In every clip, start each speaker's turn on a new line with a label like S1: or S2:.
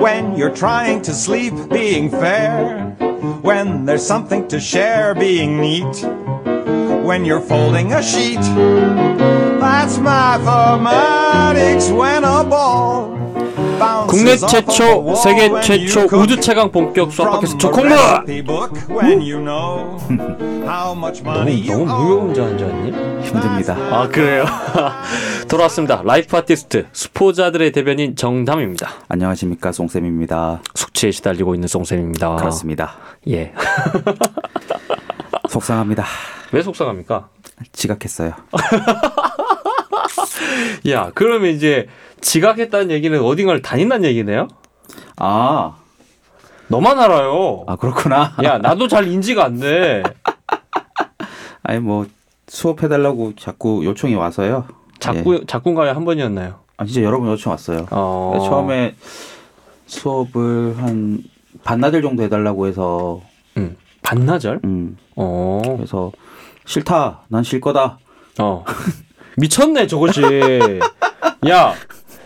S1: when you're trying to sleep, being fair. When there's something to share, being neat. When you're folding a sheet. That's mathematics when a ball.
S2: 국내
S1: bounces off of a
S2: 최초,
S1: wall
S2: 세계
S1: when you
S2: 최초
S1: cook.
S2: 우주 최강 본격 수학 팟캐스트
S1: From
S2: 조콩무!
S1: the recipe book when you know how much money you
S3: 너무
S1: owe.
S3: 무거운 줄 앉았니?
S4: 힘듭니다.
S2: 아 그래요? 돌아왔습니다. 라이프 아티스트 수포자들의 대변인 정담입니다.
S4: 안녕하십니까
S2: 어.
S4: 송쌤입니다.
S2: 숙취에 시달리고 있는 송쌤입니다.
S4: 그렇습니다.
S2: 예.
S4: 속상합니다.
S2: 왜 속상합니까?
S4: 지각했어요.
S2: 야 그러면 이제 지각했다는 얘기는 어딘가를 다닌다는 얘기네요?
S4: 아,
S2: 너만 알아요.
S4: 아 그렇구나.
S2: 야 나도 잘 인지가 안 돼.
S4: 아니 뭐 수업해달라고 자꾸 요청이 와서요. 예.
S2: 자꾸 자꾸가요 한 번이었나요?
S4: 아 진짜 여러 번 요청 왔어요.
S2: 어...
S4: 네, 처음에 수업을 한 반나절 정도 해달라고 해서
S2: 음, 반나절?
S4: 음,
S2: 어.
S4: 그래서 싫다. 난 쉴 거다.
S2: 어. 미쳤네, 저것이. 야,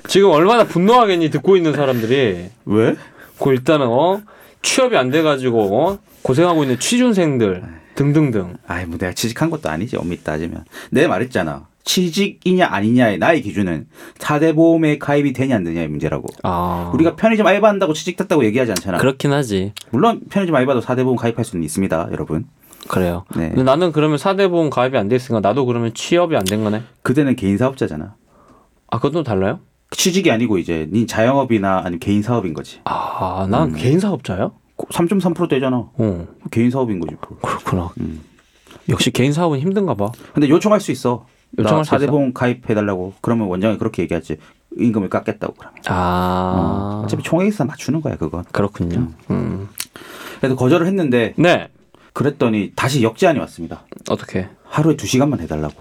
S2: 지금 얼마나 분노하겠니, 듣고 있는 사람들이.
S4: 왜?
S2: 그 일단은, 어, 취업이 안 돼가지고, 어, 고생하고 있는 취준생들, 등등등.
S4: 아이 뭐 내가 취직한 것도 아니지 엄밀히 따지면 내가 말했잖아. 취직이냐 아니냐의 나의 기준은 4대 보험에 가입이 되냐 안 되냐의 문제라고.
S2: 아.
S4: 어. 우리가 편의점 알바한다고 취직됐다고 얘기하지 않잖아.
S2: 그렇긴 하지.
S4: 물론 편의점 알바도 4대 보험 가입할 수는 있습니다, 여러분.
S2: 그래요.
S4: 네.
S2: 근데 나는 그러면 4대 보험 가입이 안 돼 있으니까 나도 그러면 취업이 안 된 거네?
S4: 그대는 개인 사업자잖아.
S2: 아, 그건 또 달라요?
S4: 취직이 아니고 이제 네 자영업이나 아니면 개인 사업인 거지.
S2: 아, 난 개인 사업자야?
S4: 3.3% 되잖아.
S2: 어,
S4: 개인 사업인 거지. 뭐.
S2: 그렇구나. 역시 개인 사업은 힘든가 봐.
S4: 근데 요청할 수 있어.
S2: 요청할
S4: 나
S2: 수 있어?
S4: 4대 보험 가입해달라고. 그러면 원장이 그렇게 얘기하지. 임금을 깎겠다고 그러면.
S2: 아,
S4: 어차피 총액에서 맞추는 거야 그건.
S2: 그렇군요. 음.
S4: 그래서 거절을 했는데
S2: 네.
S4: 그랬더니 다시 역제안이 왔습니다.
S2: 어떻게?
S4: 하루에 2시간만 해달라고.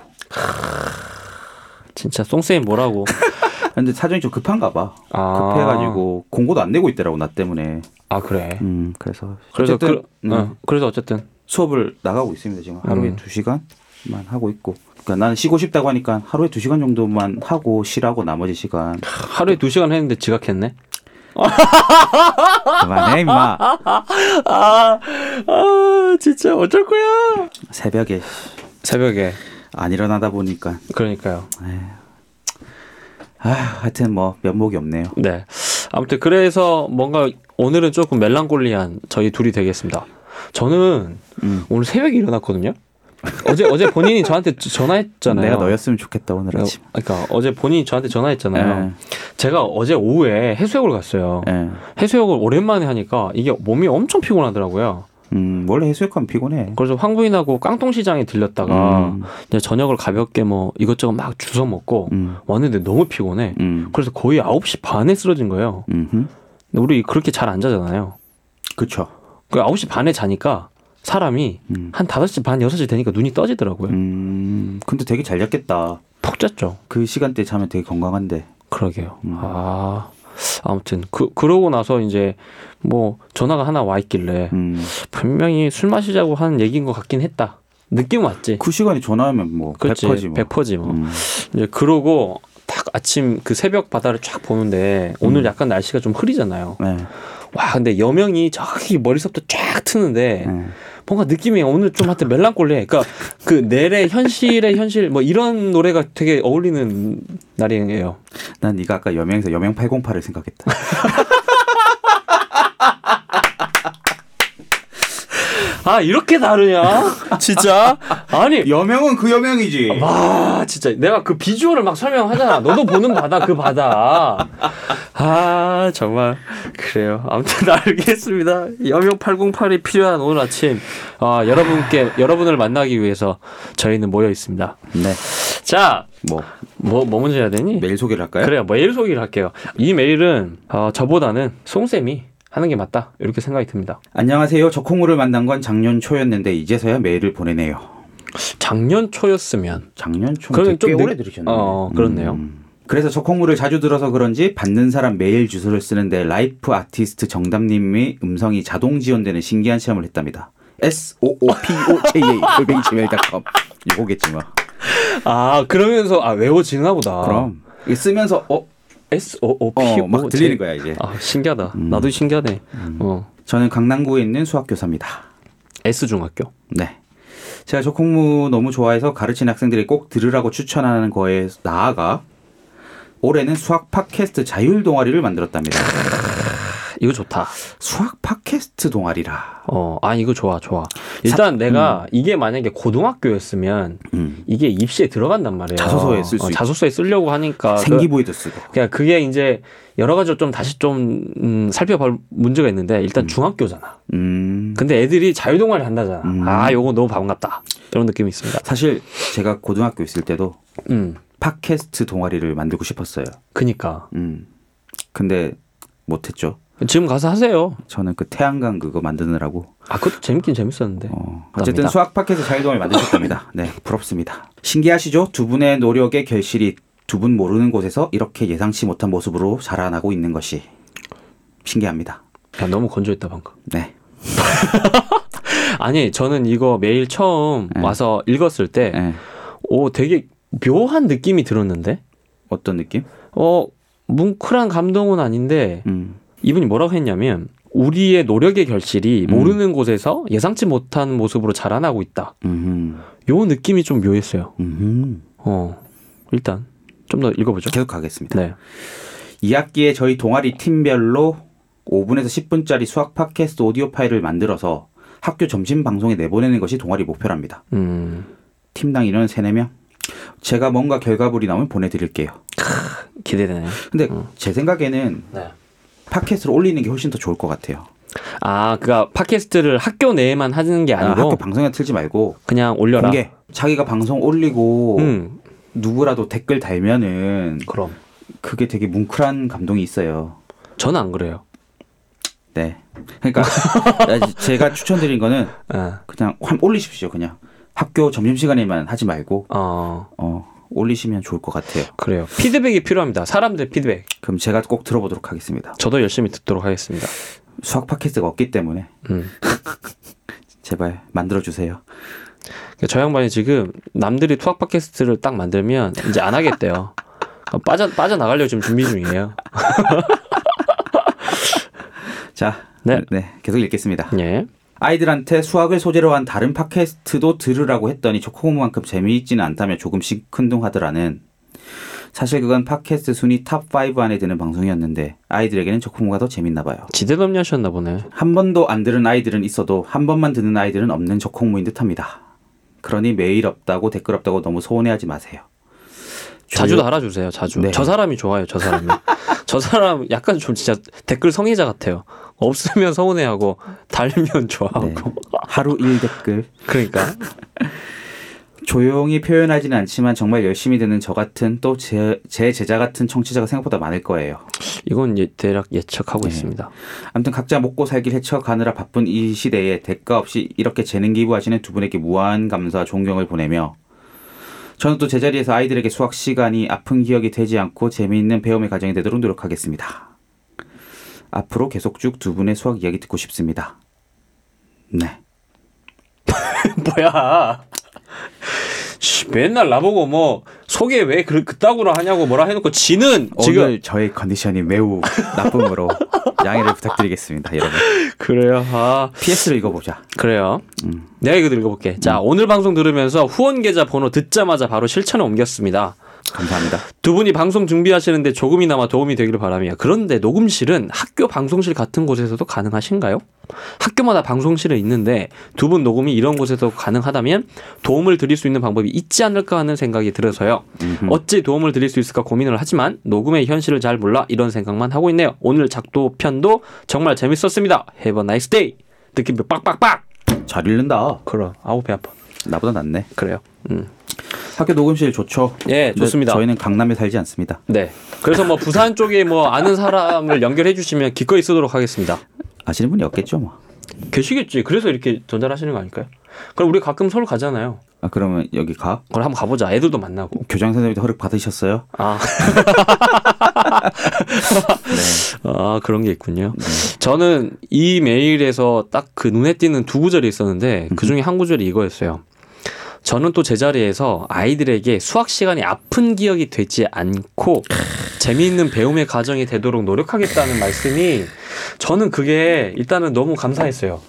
S2: 진짜 송쌤이 뭐라고?
S4: 근데 사정이 좀 급한가 봐.
S2: 아.
S4: 급해가지고 공고도 안 내고 있더라고 나 때문에.
S2: 아 그래.
S4: 음 그래서
S2: 그래서
S4: 어쨌든,
S2: 그,
S4: 음.
S2: 어, 그래서 어쨌든
S4: 수업을 나가고 있습니다 지금 하루에
S2: 음.
S4: 두 시간만 하고 있고 그러니까 나는 쉬고 싶다고 하니까 하루에 두 시간 정도만 하고 쉬라고 나머지 시간
S2: 하루에 두 시간 했는데 지각했네.
S4: 그만해 임마
S2: 아, 아 진짜 어쩔 거야?
S4: 새벽에
S2: 새벽에
S4: 안 일어나다 보니까
S2: 그러니까요.
S4: 아 하여튼 뭐 면목이 없네요
S2: 네. 아무튼 그래서 뭔가 오늘은 조금 멜랑콜리한 저희 둘이 되겠습니다. 저는
S4: 음.
S2: 오늘 새벽에 일어났거든요. 어제 어제 본인이 저한테 전화했잖아요.
S4: 내가 너였으면 좋겠다 오늘 아침
S2: 그러니까 어제 본인이 저한테 전화했잖아요.
S4: 예.
S2: 제가 어제 오후에 해수욕을 갔어요.
S4: 예.
S2: 해수욕을 오랜만에 하니까 이게 몸이 엄청 피곤하더라고요.
S4: 음 원래 해수욕하면 피곤해
S2: 그래서 황부인하고 깡통시장에 들렸다가
S4: 음.
S2: 이제 저녁을 가볍게 뭐 이것저것 막 주워 먹고
S4: 음.
S2: 왔는데 너무 피곤해.
S4: 음.
S2: 그래서 거의 9시 반에 쓰러진 거예요.
S4: 음.
S2: 근데 우리 그렇게 잘 안 자잖아요.
S4: 그쵸
S2: 그 9시 반에 자니까 사람이
S4: 음.
S2: 한 5시 반, 6시 되니까 눈이 떠지더라고요.
S4: 음 근데 되게 잘 잤겠다
S2: 푹 잤죠.
S4: 그 시간대 자면 되게 건강한데
S2: 그러게요.
S4: 음.
S2: 아. 아무튼 그 그러고 나서 이제 뭐 전화가 하나 와 있길래
S4: 음.
S2: 분명히 술 마시자고 하는 얘기인 것 같긴 했다. 느낌 왔지.
S4: 그 시간에 전화하면 뭐
S2: 그렇지.
S4: 100%지 뭐
S2: 백퍼지 뭐.
S4: 음.
S2: 이제 그러고 딱 아침 그 새벽 바다를 쫙 보는데 오늘 약간 날씨가 좀 흐리잖아요.
S4: 네.
S2: 와 근데 여명이 저기 머리서부터 쫙 트는데
S4: 네.
S2: 뭔가 느낌이 오늘 좀 하여튼 멜랑꼴리해. 그러니까 그 내래 현실의 현실 뭐 이런 노래가 되게 어울리는 날이에요.
S4: 난 네가 아까 여명에서 여명 808을 생각했다.
S2: 아 이렇게 다르냐? 진짜? 아니
S4: 여명은 그 여명이지.
S2: 와 진짜 내가 그 비주얼을 막 설명하잖아. 너도 보는 바다 그 바다. 아 정말 그래요. 아무튼 알겠습니다. 여명 808이 필요한 오늘 아침 아, 여러분께 여러분을 만나기 위해서 저희는 모여 있습니다.
S4: 네.
S2: 자,
S4: 뭐
S2: 뭐 뭐 먼저 해야 되니?
S4: 메일 소개를 할까요?
S2: 그래요. 메일 소개를 할게요. 이 메일은 어, 저보다는 송 쌤이 하는 게 맞다 이렇게 생각이 듭니다.
S4: 안녕하세요. 저 콩우를 만난 건 작년 초였는데 이제서야 메일을 보내네요.
S2: 작년 초였으면
S4: 작년 초.
S2: 그러면 좀
S4: 꽤
S2: 늦-
S4: 오래 들으셨네요. 음.
S2: 어, 그렇네요.
S4: 그래서 저 콩물을 자주 들어서 그런지 받는 사람 메일 주소를 쓰는데 라이프 아티스트 정담님의 음성이 자동 지원되는 신기한 체험을 했답니다. S O O P O J A 골뱅이지메일닷컴 이거겠지 뭐.
S2: 아 그러면서 아 외워지나 보다.
S4: 그럼 이게 쓰면서 어
S2: S O O P O
S4: 어, 막 들리는 거야 이제.
S2: 아 신기하다. 나도 신기하네. 어
S4: 저는 강남구에 있는 수학교사입니다.
S2: S 중학교.
S4: 네. 제가 저 콩무 너무 좋아해서 가르치는 학생들이 꼭 들으라고 추천하는 거에 나아가 올해는 수학 팟캐스트 자율 동아리를 만들었답니다.
S2: 이거 좋다.
S4: 수학 팟캐스트 동아리라.
S2: 어, 아 이거 좋아, 좋아. 일단 내가 이게 만약에 고등학교였으면
S4: 음.
S2: 이게 입시에 들어간단 말이에요.
S4: 자소서에 쓸수
S2: 어,
S4: 있지.
S2: 자소서에 쓰려고 하니까
S4: 생기부에도 쓰고.
S2: 아, 그, 냥 그게 이제 여러 가지로 좀 다시 좀 음, 살펴볼 문제가 있는데 일단 중학교잖아.
S4: 음.
S2: 근데 애들이 자유동아리 한다잖아.
S4: 음.
S2: 아, 요거 너무 바보같다. 이런 느낌이 있습니다.
S4: 사실 제가 고등학교 있을 때도
S2: 음,
S4: 팟캐스트 동아리를 만들고 싶었어요.
S2: 그니까
S4: 음. 근데 못했죠.
S2: 지금 가서 하세요.
S4: 저는 그 태양광 그거 만드느라고.
S2: 아, 그것도 재밌긴 재밌었는데.
S4: 어,
S2: 감사합니다.
S4: 어쨌든 수학 팟캐스트 자유동을 만드셨답니다. 네, 부럽습니다. 신기하시죠? 두 분의 노력의 결실이 두 분 모르는 곳에서 이렇게 예상치 못한 모습으로 자라나고 있는 것이 신기합니다.
S2: 야, 너무 건조했다 방금.
S4: 네.
S2: 아니, 저는 이거 매일 처음
S4: 네.
S2: 와서 읽었을 때,
S4: 예.
S2: 오, 되게 묘한 느낌이 들었는데.
S4: 어떤 느낌?
S2: 어, 뭉클한 감동은 아닌데
S4: 음.
S2: 이분이 뭐라고 했냐면 우리의 노력의 결실이
S4: 음.
S2: 모르는 곳에서 예상치 못한 모습으로 자라나고 있다.
S4: 음.
S2: 요 느낌이 좀 묘했어요.
S4: 음.
S2: 어. 일단 좀 더 읽어 보죠.
S4: 계속 가겠습니다.
S2: 네.
S4: 2학기에 저희 동아리 팀별로 5분에서 10분짜리 수학 팟캐스트 오디오 파일을 만들어서 학교 점심 방송에 내보내는 것이 동아리 목표랍니다.
S2: 음.
S4: 팀당 인원 3, 4명? 제가 뭔가 결과물이 나오면 보내드릴게요.
S2: 기대되네요.
S4: 근데 제 생각에는
S2: 어. 네.
S4: 팟캐스트를 올리는 게 훨씬 더 좋을 것 같아요.
S2: 아, 그니까 팟캐스트를 학교 내에만 하는 게
S4: 아, 학교
S2: 아니고
S4: 방송에 틀지 말고
S2: 그냥 올려라.
S4: 공개. 자기가 방송 올리고
S2: 음.
S4: 누구라도 댓글 달면은
S2: 그럼
S4: 그게 되게 뭉클한 감동이 있어요.
S2: 저는 안 그래요.
S4: 네. 그러니까 제가 추천드린 거는
S2: 예.
S4: 그냥 한 올리십시오. 그냥 학교 점심 시간에만 하지 말고
S2: 어.
S4: 어, 올리시면 좋을 것 같아요.
S2: 그래요. 피드백이 필요합니다. 사람들 피드백.
S4: 그럼 제가 꼭 들어보도록 하겠습니다.
S2: 저도 열심히 듣도록 하겠습니다.
S4: 수학 팟캐스트가 없기 때문에
S2: 음.
S4: 제발 만들어 주세요.
S2: 그러니까 저 양반이 지금 남들이 투학 팟캐스트를 딱 만들면 이제 안 하겠대요. 어, 빠져 빠져 나가려고 지금 준비 중이에요.
S4: 자,
S2: 네.
S4: 계속 읽겠습니다.
S2: 예.
S4: 아이들한테 수학을 소재로 한 다른 팟캐스트도 들으라고 했더니 초코모만큼 재미있지는 않다며 조금 시큰둥하더라는 사실 그건 팟캐스트 순위 탑5 안에 드는 방송이었는데 아이들에게는 초코모가 더 재밌나 봐요.
S2: 지대넘니 하셨나 보네.
S4: 한 번도 안 들은 아이들은 있어도 한 번만 듣는 아이들은 없는 적콩무인 듯합니다. 그러니 매일 없다고 댓글 없다고 너무 소원해하지 마세요.
S2: 자주 달아주세요. 자주.
S4: 네.
S2: 저 사람이 좋아요. 저 사람이. 저 사람 약간 좀 진짜 댓글 성애자 같아요. 없으면 서운해하고 달면 좋아하고.
S4: 네. 하루 일 댓글.
S2: 그러니까.
S4: 조용히 표현하지는 않지만 정말 열심히 듣는 저 같은 또 제 제자 같은 청취자가 생각보다 많을 거예요.
S2: 이건 예, 대략 예측하고 있습니다.
S4: 아무튼 각자 먹고 살길 헤쳐가느라 바쁜 이 시대에 대가 없이 이렇게 재능 기부하시는 두 분에게 무한 감사와 존경을 보내며 저는 또 제자리에서 아이들에게 수학 시간이 아픈 기억이 되지 않고 재미있는 배움의 과정이 되도록 노력하겠습니다. 앞으로 계속 쭉 두 분의 수학 이야기 듣고 싶습니다. 네.
S2: 뭐야. 씨, 맨날 나보고 뭐 소개 왜 그, 그따구로 하냐고 뭐라 해놓고 지는 지금
S4: 오늘 저의 컨디션이 매우 나쁨으로 양해를 부탁드리겠습니다, 여러분.
S2: 그래요. 아
S4: PS를 읽어보자.
S2: 그래요. 내가 이거 읽어볼게. 자, 오늘 방송 들으면서 후원 계좌 번호 듣자마자 바로 실천에 옮겼습니다.
S4: 감사합니다.
S2: 두 분이 방송 준비하시는데 조금이나마 도움이 되기를 바라며 그런데 녹음실은 학교 방송실 같은 곳에서도 가능하신가요? 학교마다 방송실은 있는데 두 분 녹음이 이런 곳에서 가능하다면 도움을 드릴 수 있는 방법이 있지 않을까 하는 생각이 들어서요. 어찌 도움을 드릴 수 있을까 고민을 하지만 녹음의 현실을 잘 몰라 이런 생각만 하고 있네요. 오늘 작도 편도 정말 재밌었습니다. Have a nice day. 느낌표 빡빡빡.
S4: 잘 읽는다.
S2: 그럼 아우 배 아파.
S4: 나보다 낫네.
S2: 그래요. 음.
S4: 학교 녹음실 좋죠.
S2: 예,
S4: 근데
S2: 좋습니다.
S4: 저희는 강남에 살지 않습니다.
S2: 네. 그래서 뭐 부산 쪽에 뭐 아는 사람을 연결해 주시면 기꺼이 쓰도록 하겠습니다.
S4: 아시는 분이 없겠죠, 뭐.
S2: 계시겠지. 그래서 이렇게 전달하시는 거 아닐까요? 그럼 우리 가끔 서울 가잖아요.
S4: 아, 그러면 여기 가? 뭐
S2: 그럼 한번 가보자. 애들도 만나고.
S4: 교장 선생님도 허락 받으셨어요?
S2: 아. 아, 그런 게 있군요. 저는 이 메일에서 딱 그 눈에 띄는 두 구절이 있었는데 그 중에 한 구절이 이거였어요. 저는 또 제자리에서 아이들에게 수학 시간이 아픈 기억이 되지 않고 재미있는 배움의 과정이 되도록 노력하겠다는 말씀이 저는 그게 일단은 너무 감사했어요.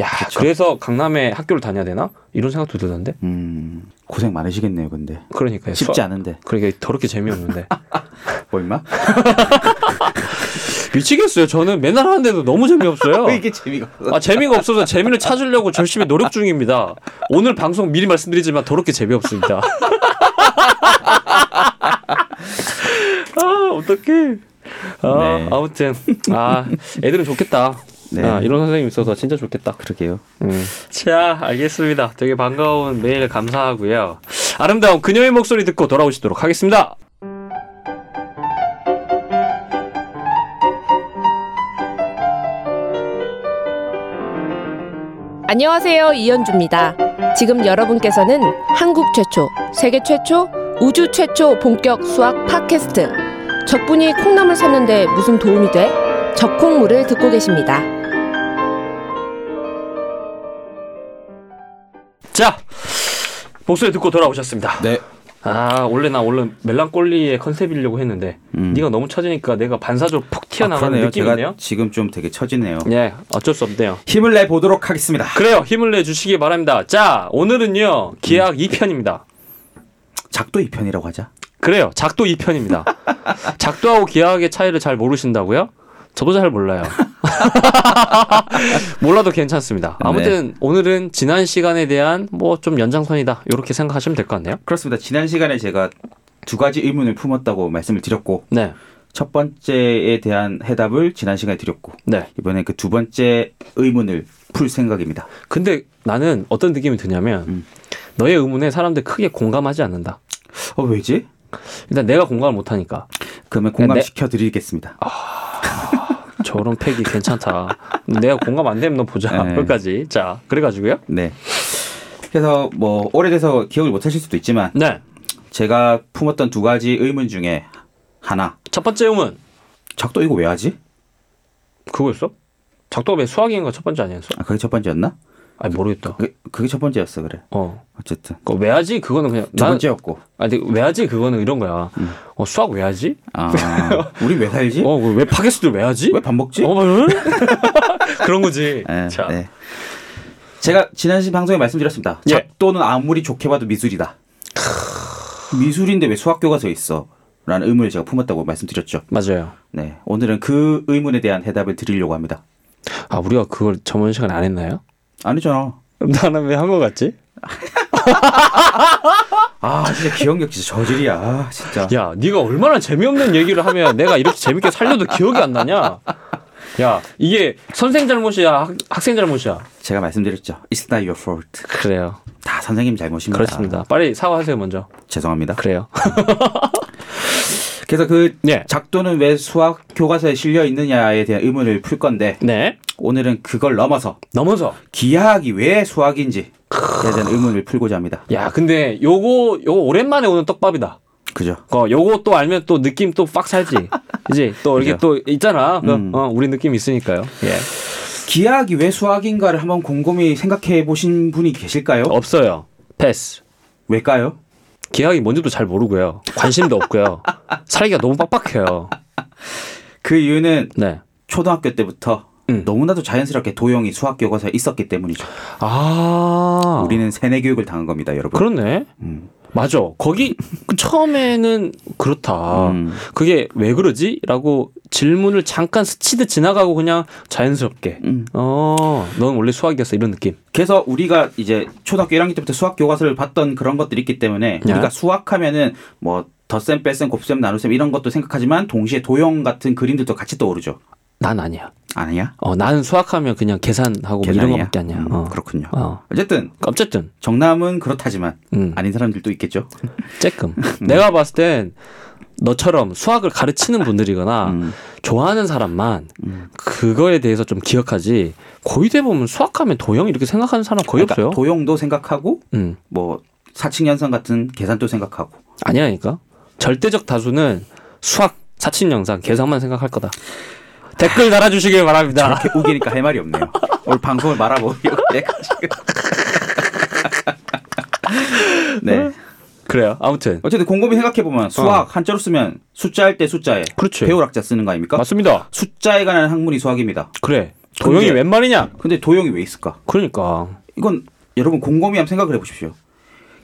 S2: 야, 그래서 강남에 학교를 다녀야 되나? 이런 생각도 들던데.
S4: 음, 고생 많으시겠네요, 근데.
S2: 그러니까요.
S4: 쉽지
S2: 수학-
S4: 않은데.
S2: 그러니까 더럽게 재미없는데.
S4: 뭐, 임마?
S2: 미치겠어요. 저는 맨날 하는데도 너무 재미없어요.
S4: 왜 이게 재미가 없어?
S2: 아, 재미가 없어서 재미를 찾으려고 열심히 노력 중입니다. 오늘 방송 미리 말씀드리지만 더럽게 재미없습니다. 아, 어떡해. 아,
S4: 네.
S2: 아무튼. 아, 애들은 좋겠다.
S4: 네.
S2: 아, 이런 선생님 있어서 진짜 좋겠다.
S4: 그러게요. 아,
S2: 음. 자, 알겠습니다. 되게 반가운 메일 감사하고요. 아름다운 그녀의 목소리 듣고 돌아오시도록 하겠습니다.
S3: 안녕하세요. 이현주입니다. 지금 여러분께서는 한국 최초, 세계 최초, 우주 최초 본격 수학 팟캐스트. 적분이 콩나물 샀는데 무슨 도움이 돼? 적콩물을 듣고 계십니다.
S2: 자, 목소리 듣고 돌아오셨습니다.
S4: 네.
S2: 아 원래 나 원래 멜랑꼴리의 컨셉이려고 했는데
S4: 음.
S2: 네가 너무 처지니까 내가 반사적으로 푹
S4: 아,
S2: 튀어나가는
S4: 그러네요.
S2: 느낌이네요.
S4: 제가 지금 좀 되게 처지네요.
S2: 예, 어쩔 수 없네요.
S4: 힘을 내 보도록 하겠습니다.
S2: 그래요, 힘을 내 주시기 바랍니다. 자, 오늘은요 기악 2편입니다.
S4: 작도 2편이라고 하자.
S2: 그래요, 작도 2편입니다. 작도하고 기악의 차이를 잘 모르신다고요? 저도 잘 몰라요. 몰라도
S4: 네.
S2: 괜찮습니다. 아무튼 오늘은 지난 시간에 대한 뭐 좀 연장선이다 이렇게 생각하시면 될 것 같네요.
S4: 그렇습니다. 지난 시간에 제가 두 가지 의문을 품었다고 말씀을 드렸고
S2: 네,
S4: 첫 번째에 대한 해답을 지난 시간에 드렸고
S2: 네.
S4: 이번에 그 두 번째 의문을 풀 생각입니다.
S2: 근데 나는 어떤 느낌이 드냐면
S4: 음.
S2: 너의 의문에 사람들 크게 공감하지 않는다.
S4: 어 왜지?
S2: 일단 내가 공감을 못하니까 네,
S4: 그러면 공감시켜 드리겠습니다.
S2: 저런 팩이 괜찮다. 내가 공감 안 되면 너 보자.
S4: 네.
S2: 끝까지. 자, 그래가지고요.
S4: 네. 그래서 뭐 오래돼서 기억을 못하실 수도 있지만
S2: 네.
S4: 제가 품었던 두 가지 의문 중에 하나
S2: 첫 번째 의문
S4: 작도 이거 왜 하지?
S2: 그거였어? 작도업의 수학인가 첫 번째 아니었어?
S4: 아, 그게 첫 번째였나?
S2: 아니 모르겠다.
S4: 그게, 그게 첫 번째였어 그래.
S2: 어.
S4: 어쨌든
S2: 그거 왜 하지? 그거는 그냥
S4: 두
S2: 나는-
S4: 번째였고. 음.
S2: 아니 근데 왜 하지? 그거는 이런 거야. 어 수학 왜 하지?
S4: 아 우리 왜 살지?
S2: 어 왜 파게스를 왜 하지?
S4: 예? 왜 밥 먹지?
S2: 어, 왜? 그런 거지.
S4: 예,
S2: 자,
S4: 네. 제가 지난 시 방송에 말씀드렸습니다.
S2: 예.
S4: 작도는 아무리 좋게 봐도 미술이다. 미술인데 왜 수학교가 서 있어? 라는 의문을 제가 품었다고 말씀드렸죠.
S2: 맞아요.
S4: 네, 오늘은 그 의문에 대한 해답을 드리려고 합니다.
S2: 아 우리가 그걸 저번 시간 안 했나요?
S4: 아니잖아.
S2: 나는 왜 한 거 같지?
S4: 아, 진짜 기억력 진짜 저질이야. 아, 진짜.
S2: 야, 네가 얼마나 재미없는 얘기를 하면 내가 이렇게 재밌게 살려도 기억이 안 나냐? 야, 이게 선생 잘못이야, 학, 학생 잘못이야.
S4: 제가 말씀드렸죠. It's not your fault.
S2: 그래요.
S4: 다 선생님 잘못입니다.
S2: 그렇습니다. 빨리 사과하세요 먼저.
S4: 죄송합니다.
S2: 그래요.
S4: 그래서 그
S2: 예.
S4: 작도는 왜 수학 교과서에 실려 있느냐에 대한 의문을 풀 건데
S2: 네.
S4: 오늘은 그걸 넘어서
S2: 넘어서.
S4: 기하학이 왜 수학인지에 대한 의문을 풀고자 합니다.
S2: 야, 근데 요거 요거 오랜만에 오는 떡밥이다.
S4: 그죠?
S2: 어, 요거 또 알면 또 느낌 또 빡 살지. 이제 또 이렇게 또 있잖아. 그,
S4: 음.
S2: 어, 우리 느낌 있으니까요. 예.
S4: 기하학이 왜 수학인가를 한번 곰곰이 생각해 보신 분이 계실까요?
S2: 없어요. 패스.
S4: 왜일까요?
S2: 기학이 뭔지도 잘 모르고요. 관심도 없고요. 살기가 너무 빡빡해요.
S4: 그 이유는
S2: 네.
S4: 초등학교 때부터
S2: 음.
S4: 너무나도 자연스럽게 도형이 수학 교과서에 있었기 때문이죠.
S2: 아.
S4: 우리는 세뇌 교육을 당한 겁니다, 여러분.
S2: 그렇네.
S4: 음.
S2: 맞아. 거기 그 처음에는 그렇다.
S4: 음.
S2: 그게 왜 그러지? 라고 질문을 잠깐 스치듯 지나가고 그냥 자연스럽게.
S4: 음.
S2: 어, 넌 원래 수학이었어. 이런 느낌.
S4: 그래서 우리가 이제 초등학교 1학년 때부터 수학 교과서를 봤던 그런 것들이 있기 때문에
S2: 야.
S4: 우리가 수학하면은 뭐 덧셈, 뺄셈, 곱셈, 나눗셈 이런 것도 생각하지만 동시에 도형 같은 그림들도 같이 떠오르죠.
S2: 난 아니야.
S4: 아니야?
S2: 어, 나는 수학하면 그냥 계산하고 뭐 이런
S4: 계산이야?
S2: 거밖에 아니야.
S4: 음,
S2: 어.
S4: 그렇군요.
S2: 어.
S4: 어쨌든
S2: 어쨌든,
S4: 정남은 그렇다지만
S2: 음,
S4: 아닌 사람들도 있겠죠.
S2: 쬐끔. 내가 봤을 땐 너처럼 수학을 가르치는 분들이거나
S4: 음. 음.
S2: 좋아하는 사람만 그거에 대해서 좀 기억하지 거의 대부분 수학하면 도형 이렇게 생각하는 사람 거의
S4: 그러니까
S2: 없어요.
S4: 도형도 생각하고
S2: 음.
S4: 뭐 사칭연산 같은 계산도 생각하고
S2: 아니라니까. 그러니까. 절대적 다수는 수학, 사칭 영상, 계산만 생각할 거다. 댓글 달아주시길 바랍니다.
S4: 이렇게 우기니까 할 말이 없네요. 오늘 방송을 말아보려고 내가 지금. 네.
S2: 그래요. 아무튼
S4: 어쨌든 곰곰이 생각해보면 수학 한자로 쓰면 숫자일 때 숫자에
S2: 어. 그렇지.
S4: 배울학자 쓰는 거 아닙니까?
S2: 맞습니다.
S4: 숫자에 관한 학문이 수학입니다.
S2: 그래. 도형이
S4: 근데-
S2: 웬 말이냐?
S4: 근데 도형이 왜 있을까?
S2: 그러니까.
S4: 이건 여러분 곰곰이 한번 생각을 해보십시오.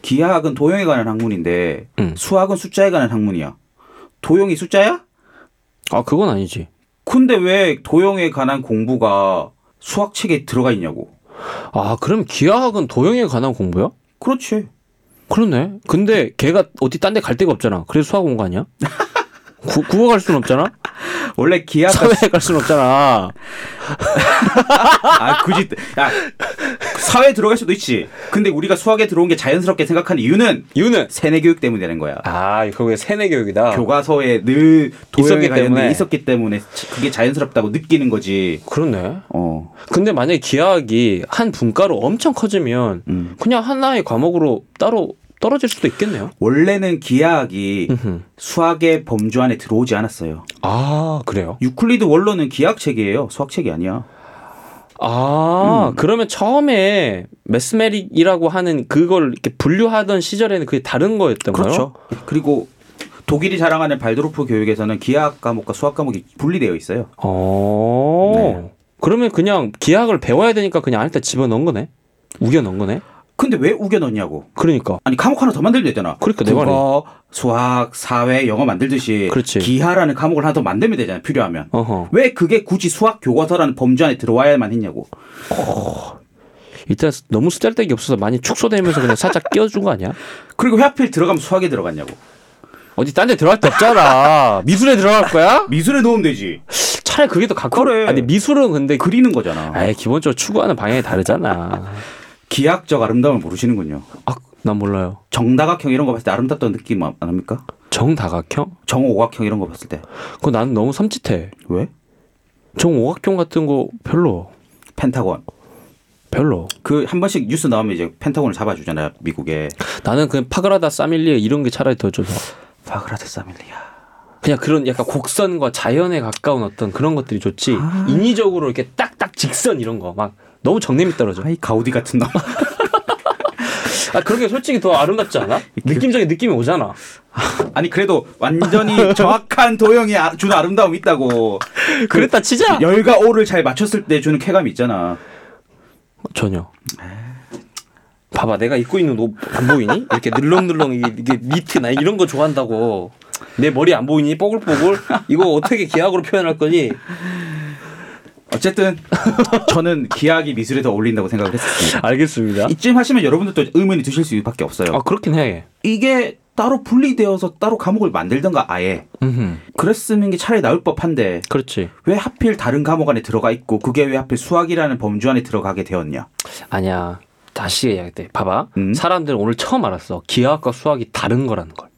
S4: 기하학은 도형에 관한 학문인데
S2: 음.
S4: 수학은 숫자에 관한 학문이야. 도형이 숫자야?
S2: 아 그건 아니지.
S4: 근데 왜 도형에 관한 공부가 수학책에 들어가 있냐고.
S2: 아 그럼 기하학은 도형에 관한 공부야?
S4: 그렇지.
S2: 그렇네. 근데 걔가 어디 딴 데 갈 데가 없잖아. 그래서 수학 온 거 아니야? 구, 국어 갈 수는 없잖아.
S4: 원래 기하학과
S2: 사회 갈 수는 없잖아.
S4: 아 굳이 야 사회에 들어갈 수도 있지. 근데 우리가 수학에 들어온 게 자연스럽게 생각한 이유는
S2: 이유는
S4: 세뇌 교육 때문에 되는 거야.
S2: 아 그게 세뇌 교육이다.
S4: 교과서에 늘 도형에
S2: 있었기
S4: 관련돼
S2: 때문에.
S4: 있었기 때문에 치- 그게 자연스럽다고 느끼는 거지.
S2: 그렇네.
S4: 어.
S2: 근데 만약에 기하학이 한 분과로 엄청 커지면
S4: 음.
S2: 그냥 하나의 과목으로 따로 떨어질 수도 있겠네요.
S4: 원래는 기하학이
S2: 음흠.
S4: 수학의 범주 안에 들어오지 않았어요.
S2: 아 그래요.
S4: 유클리드 원론은 기하학 책이에요. 수학 책이 아니야.
S2: 아 그러면 처음에 메스메릭이라고 하는 그걸 이렇게 분류하던 시절에는 그게 다른 거였던 거예요?
S4: 그렇죠. 그리고 독일이 자랑하는 발도르프 교육에서는 기하학 과목과 수학 과목이 분리되어 있어요.
S2: 어.
S4: 네.
S2: 그러면 그냥 기하학을 배워야 되니까 그냥 안에다 집어 넣은 거네. 우겨 넣은 거네.
S4: 근데 왜 우겨 넣냐고.
S2: 그러니까.
S4: 아니 과목 하나 더 만들면 되잖아.
S2: 그러니까 내 말이.
S4: 국어, 수학, 사회, 영어 만들듯이
S2: 그렇지.
S4: 기하라는 과목을 하나 더 만들면 되잖아. 필요하면.
S2: 어허.
S4: 왜 그게 굳이 수학 교과서라는 범주 안에 들어와야만 했냐고.
S2: 일단 너무 쓰잘데기 없어서 많이 축소되면서 그냥 살짝 끼워준 거 아니야?
S4: 그리고 왜 하필 들어가면 수학에 들어갔냐고.
S2: 어디 딴 데 들어갈 데 없잖아. 미술에 들어갈 거야?
S4: 미술에 넣으면 되지.
S2: 차라리 그게 더 가까워.
S4: 그래.
S2: 아니 미술은 근데 그...
S4: 그리는 거잖아.
S2: 아예 기본적으로 추구하는 방향이 다르잖아.
S4: 기하학적 아름다움을 모르시는군요.
S2: 아, 난 몰라요.
S4: 정다각형 이런 거 봤을 때 아름답다는 느낌 안 합니까?
S2: 정다각형?
S4: 정오각형 이런 거 봤을 때
S2: 그거 나는 너무 섬찟해.
S4: 왜?
S2: 정오각형 같은 거 별로.
S4: 펜타곤
S2: 별로.
S4: 그 한 번씩 뉴스 나오면 이제 펜타곤을 잡아주잖아요 미국에
S2: 나는 그냥 파그라다 사밀리에 이런 게 차라리 더 좋아.
S4: 파그라드 사밀리아
S2: 그냥 그런 약간 곡선과 자연에 가까운 어떤 그런 것들이 좋지. 인위적으로 이렇게 딱딱 직선 이런 거 막 너무 정념이 떨어져.
S4: 아이 가우디 같은 놈
S2: 아 그런 게 솔직히 더 아름답지 않아? 느낌적인 느낌이 오잖아.
S4: 아니 그래도 완전히 정확한 도형이 아- 주는 아름다움이 있다고
S2: 그랬다 치자.
S4: 열과 오를 잘 맞췄을 때 주는 쾌감이 있잖아
S2: 전혀. 봐봐, 내가 입고 있는 옷 안 보이니? 이렇게 늘렁늘렁 이게, 이게 니트 나 이런 거 좋아한다고. 내 머리 안 보이니? 뽀글뽀글. 이거 어떻게 기하학으로 표현할 거니?
S4: 어쨌든 저는 기하학이 미술에 더 어울린다고 생각을 했습니다
S2: 알겠습니다.
S4: 이쯤 하시면 여러분들도 의문이 드실 수밖에 없어요
S2: 아 그렇긴 해.
S4: 이게 따로 분리되어서 따로 과목을 만들던가 아예
S2: 음,
S4: 그랬으면 게 차라리 나을 법한데
S2: 그렇지.
S4: 왜 하필 다른 과목 안에 들어가 있고 그게 왜 하필 수학이라는 범주 안에 들어가게 되었냐?
S2: 아니야. 다시 얘기할 때 봐봐.
S4: 음.
S2: 사람들은 오늘 처음 알았어. 기하학과 수학이 다른 거라는 걸.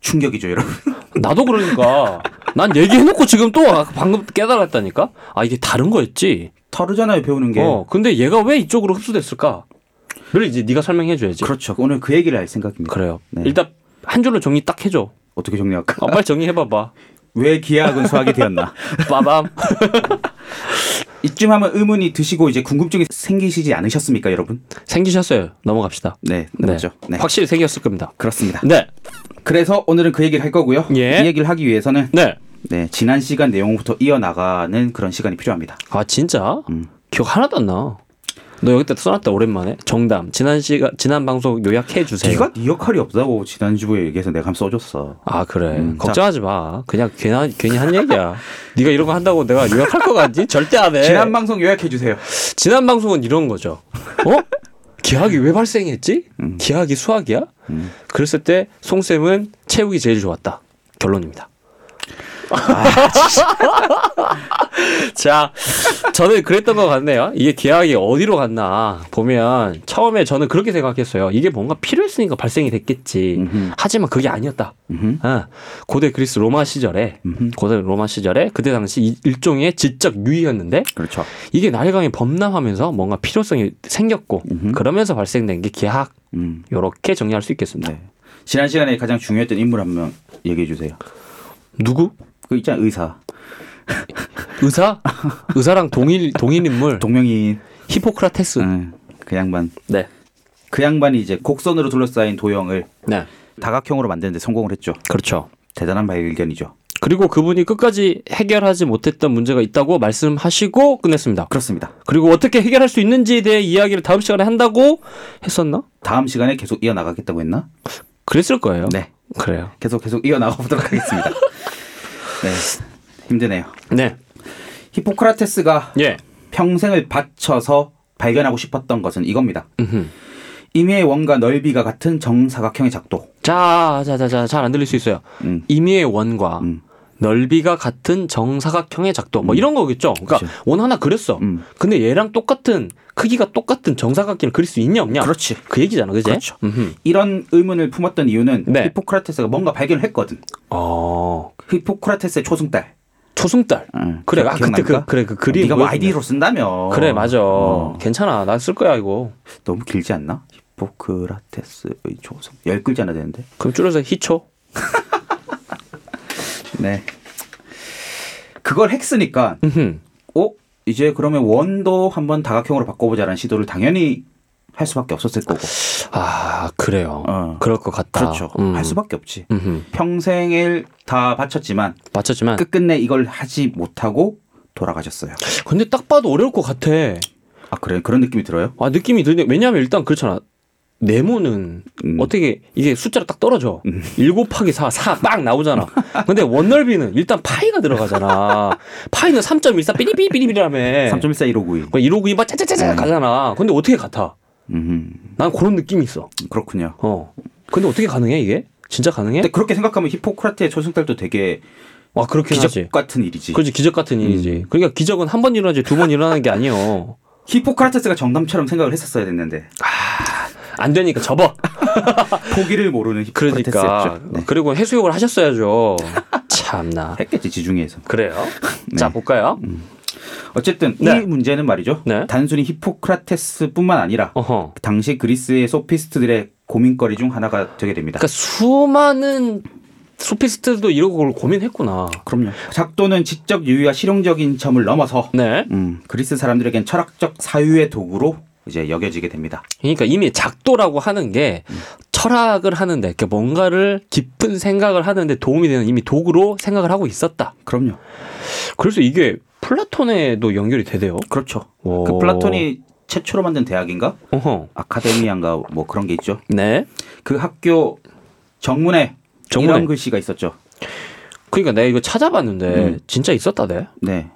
S4: 충격이죠, 여러분.
S2: 나도 그러니까. 난 얘기해놓고 지금 또 아- 방금 깨달았다니까. 아 이게 다른 거였지.
S4: 다르잖아요, 배우는 게.
S2: 어. 근데 얘가 왜 이쪽으로 흡수됐을까?를 이제 네가 설명해줘야지.
S4: 그렇죠. 오늘 그 얘기를 할 생각입니다.
S2: 그래요.
S4: 네.
S2: 일단 한 줄로 정리 딱 해줘.
S4: 어떻게 정리할까?
S2: 아, 빨리 정리해봐봐.
S4: 왜 기하학은 수학이 되었나?
S2: 빠밤.
S4: 이쯤 하면 의문이 드시고 이제 궁금증이 생기시지 않으셨습니까, 여러분?
S2: 생기셨어요. 넘어갑시다.
S4: 네, 맞죠. 네.
S2: 확실히 생겼을 겁니다.
S4: 그렇습니다.
S2: 네.
S4: 그래서 오늘은 그 얘기를 할 거고요.
S2: 예.
S4: 이 얘기를 하기 위해서는
S2: 네.
S4: 네, 지난 시간 내용부터 이어나가는 그런 시간이 필요합니다.
S2: 아 진짜?
S4: 음.
S2: 기억 하나도 안 나. 너 여기다 써놨다 오랜만에. 정담. 지난 시간 지난 방송 요약해 주세요.
S4: 네가 네 역할이 없다고 지난주에 얘기해서 내가 한번 써줬어.
S2: 아 그래.
S4: 음,
S2: 걱정하지 마. 그냥 괜한 괜히 한 얘기야. 네가 이런 거 한다고 내가 요약할 거 같니? 절대 안 해.
S4: 지난 방송 요약해 주세요.
S2: 지난 방송은 이런 거죠. 어? 기하학이 왜 발생했지?
S4: 음.
S2: 기하학이 수학이야? 그랬을 때 송쌤은 체육이 제일 좋았다. 결론입니다. 아, 자, 저는 그랬던 것 같네요. 이게 기하학이 어디로 갔나 보면 처음에 저는 그렇게 생각했어요. 이게 뭔가 필요했으니까 발생이 됐겠지.
S4: 음흠.
S2: 하지만 그게 아니었다.
S4: 음흠.
S2: 아, 고대 그리스 로마 시절에 고대 로마 시절에 그때 당시 이- 일종의 지적 유의였는데
S4: 그렇죠.
S2: 이게 나일강이 범람하면서 뭔가 필요성이 생겼고 그러면서 발생된 게 기하학
S4: 음.
S2: 요렇게 정리할 수 있겠습니다.
S4: 네. 지난 시간에 가장 중요했던 인물 한 명 얘기해 주세요.
S2: 누구?
S4: 그 있잖아 의사
S2: 의사? 의사랑 동일 동일 음. 인물
S4: 동명이인
S2: 히포크라테스.
S4: 응. 그 양반
S2: 네.
S4: 그 양반이 이제 곡선으로 둘러싸인 도형을
S2: 네.
S4: 다각형으로 만드는데 성공을 했죠.
S2: 그렇죠.
S4: 대단한 발견이죠.
S2: 그리고 그분이 끝까지 해결하지 못했던 문제가 있다고 말씀하시고 끝냈습니다.
S4: 그렇습니다.
S2: 그리고 어떻게 해결할 수 있는지에 대해 이야기를 다음 시간에 한다고 했었나?
S4: 다음 시간에 계속 이어나가겠다고 했나?
S2: 그랬을 거예요.
S4: 네.
S2: 그래요.
S4: 계속 계속 이어나가 보도록 하겠습니다. 네. 힘드네요.
S2: 네.
S4: 히포크라테스가
S2: 예.
S4: 평생을 바쳐서 발견하고 싶었던 것은 이겁니다.
S2: 음흠.
S4: 임의의 원과 넓이가 같은 정사각형의 작도.
S2: 자, 자, 자, 자, 잘 안 들릴 수 있어요.
S4: 음.
S2: 임의의 원과
S4: 음.
S2: 넓이가 같은 정사각형의 작도 뭐 이런 거겠죠. 그러니까
S4: 그렇죠.
S2: 원 하나 그렸어.
S4: 음.
S2: 근데 얘랑 똑같은 크기가 똑같은 정사각형을 그릴 수 있냐 없냐?
S4: 그렇지.
S2: 그 얘기잖아, 그제?
S4: 그렇죠.
S2: 음흠.
S4: 이런 의문을 품었던 이유는
S2: 네.
S4: 히포크라테스가 뭔가 발견을 했거든.
S2: 어,
S4: 히포크라테스의 초승달.
S2: 초승달.
S4: 응.
S2: 그래,
S4: 기-
S2: 아, 그때
S4: 기억납니까?
S2: 그 그래 그 그림.
S4: 네가 뭐
S2: 보여주면-
S4: 아이디로 쓴다며.
S2: 그래, 맞아.
S4: 어.
S2: 괜찮아, 나 쓸 거야 이거.
S4: 너무 길지 않나? 히포크라테스의 초승. 열 글자나 되는데.
S2: 그럼 줄여서 희초.
S4: 네. 그걸 핵쓰니까
S2: 음흠.
S4: 어? 이제 그러면 원도 한번 다각형으로 바꿔보자라는 시도를 당연히 할 수밖에 없었을 거고.
S2: 아, 그래요.
S4: 어.
S2: 그럴 것 같다.
S4: 그렇죠.
S2: 음.
S4: 할 수밖에 없지.
S2: 음흠.
S4: 평생을 다 바쳤지만
S2: 맞췄지만.
S4: 끝끝내 이걸 하지 못하고 돌아가셨어요.
S2: 근데 딱 봐도 어려울 것 같아.
S4: 아 그래 그런 느낌이 들어요?
S2: 아 느낌이 드네. 왜냐하면 일단 그렇잖아. 네모는
S4: 음.
S2: 어떻게 이게 숫자로 딱 떨어져. 일 7하기 4, 4 빡 나오잖아. 근데 원넓이는 일단 파이가 들어가잖아. 파이는 3.14 삐리삐리삐리라며. 그러니까
S4: 3.14159.
S2: 159이막 짜짜짜짜 가잖아. 근데 어떻게 같아?
S4: 음
S2: 난 그런 느낌이 있어.
S4: 그렇군요.
S2: 어. 근데 어떻게 가능해 이게? 진짜 가능해?
S4: 근데 그렇게 생각하면 히포크라테의 초승달도 되게
S2: 와 그렇긴
S4: 기적 음.
S2: 하지.
S4: 같은 일이지.
S2: 그렇지 기적 같은 일이지. 그러니까 기적은 한 번 일어나지 두 번 일어나는 게 아니요.
S4: 히포크라테스가 정담처럼 생각을 했었어야 됐는데
S2: 안 되니까 접어.
S4: 포기를 모르는 히포크라테스였죠.
S2: 그러니까
S4: 네.
S2: 그리고 해수욕을 하셨어야죠. 참나.
S4: 했겠지 지중해에서. 네. 음.
S2: 그래요? 자 볼까요?
S4: 어쨌든
S2: 네.
S4: 이 문제는 말이죠.
S2: 네.
S4: 단순히 히포크라테스뿐만 아니라
S2: 어허.
S4: 당시 그리스의 소피스트들의 고민거리 중 하나가 되게 됩니다.
S2: 그러니까 수많은 소피스트들도 이런 걸 고민했구나.
S4: 그럼요. 작도는 지적 유의와 실용적인 점을 넘어서
S2: 네.
S4: 음, 그리스 사람들에겐 철학적 사유의 도구로 이제 여겨지게 됩니다.
S2: 그러니까 이미 작도라고 하는 게 철학을 하는데 이렇게 뭔가를 깊은 생각을 하는데 도움이 되는 이미 도구로 생각을 하고 있었다.
S4: 그럼요.
S2: 그래서 이게 플라톤에도 연결이 되대요.
S4: 그렇죠.
S2: 오.
S4: 그 플라톤이 최초로 만든 대학인가?
S2: 어허.
S4: 아카데미안가 뭐 그런 게 있죠.
S2: 네.
S4: 그 학교 정문에,
S2: 정문에.
S4: 이런 글씨가 있었죠.
S2: 그러니까 내가 이거 찾아봤는데
S4: 음.
S2: 진짜 있었다네.
S4: 네.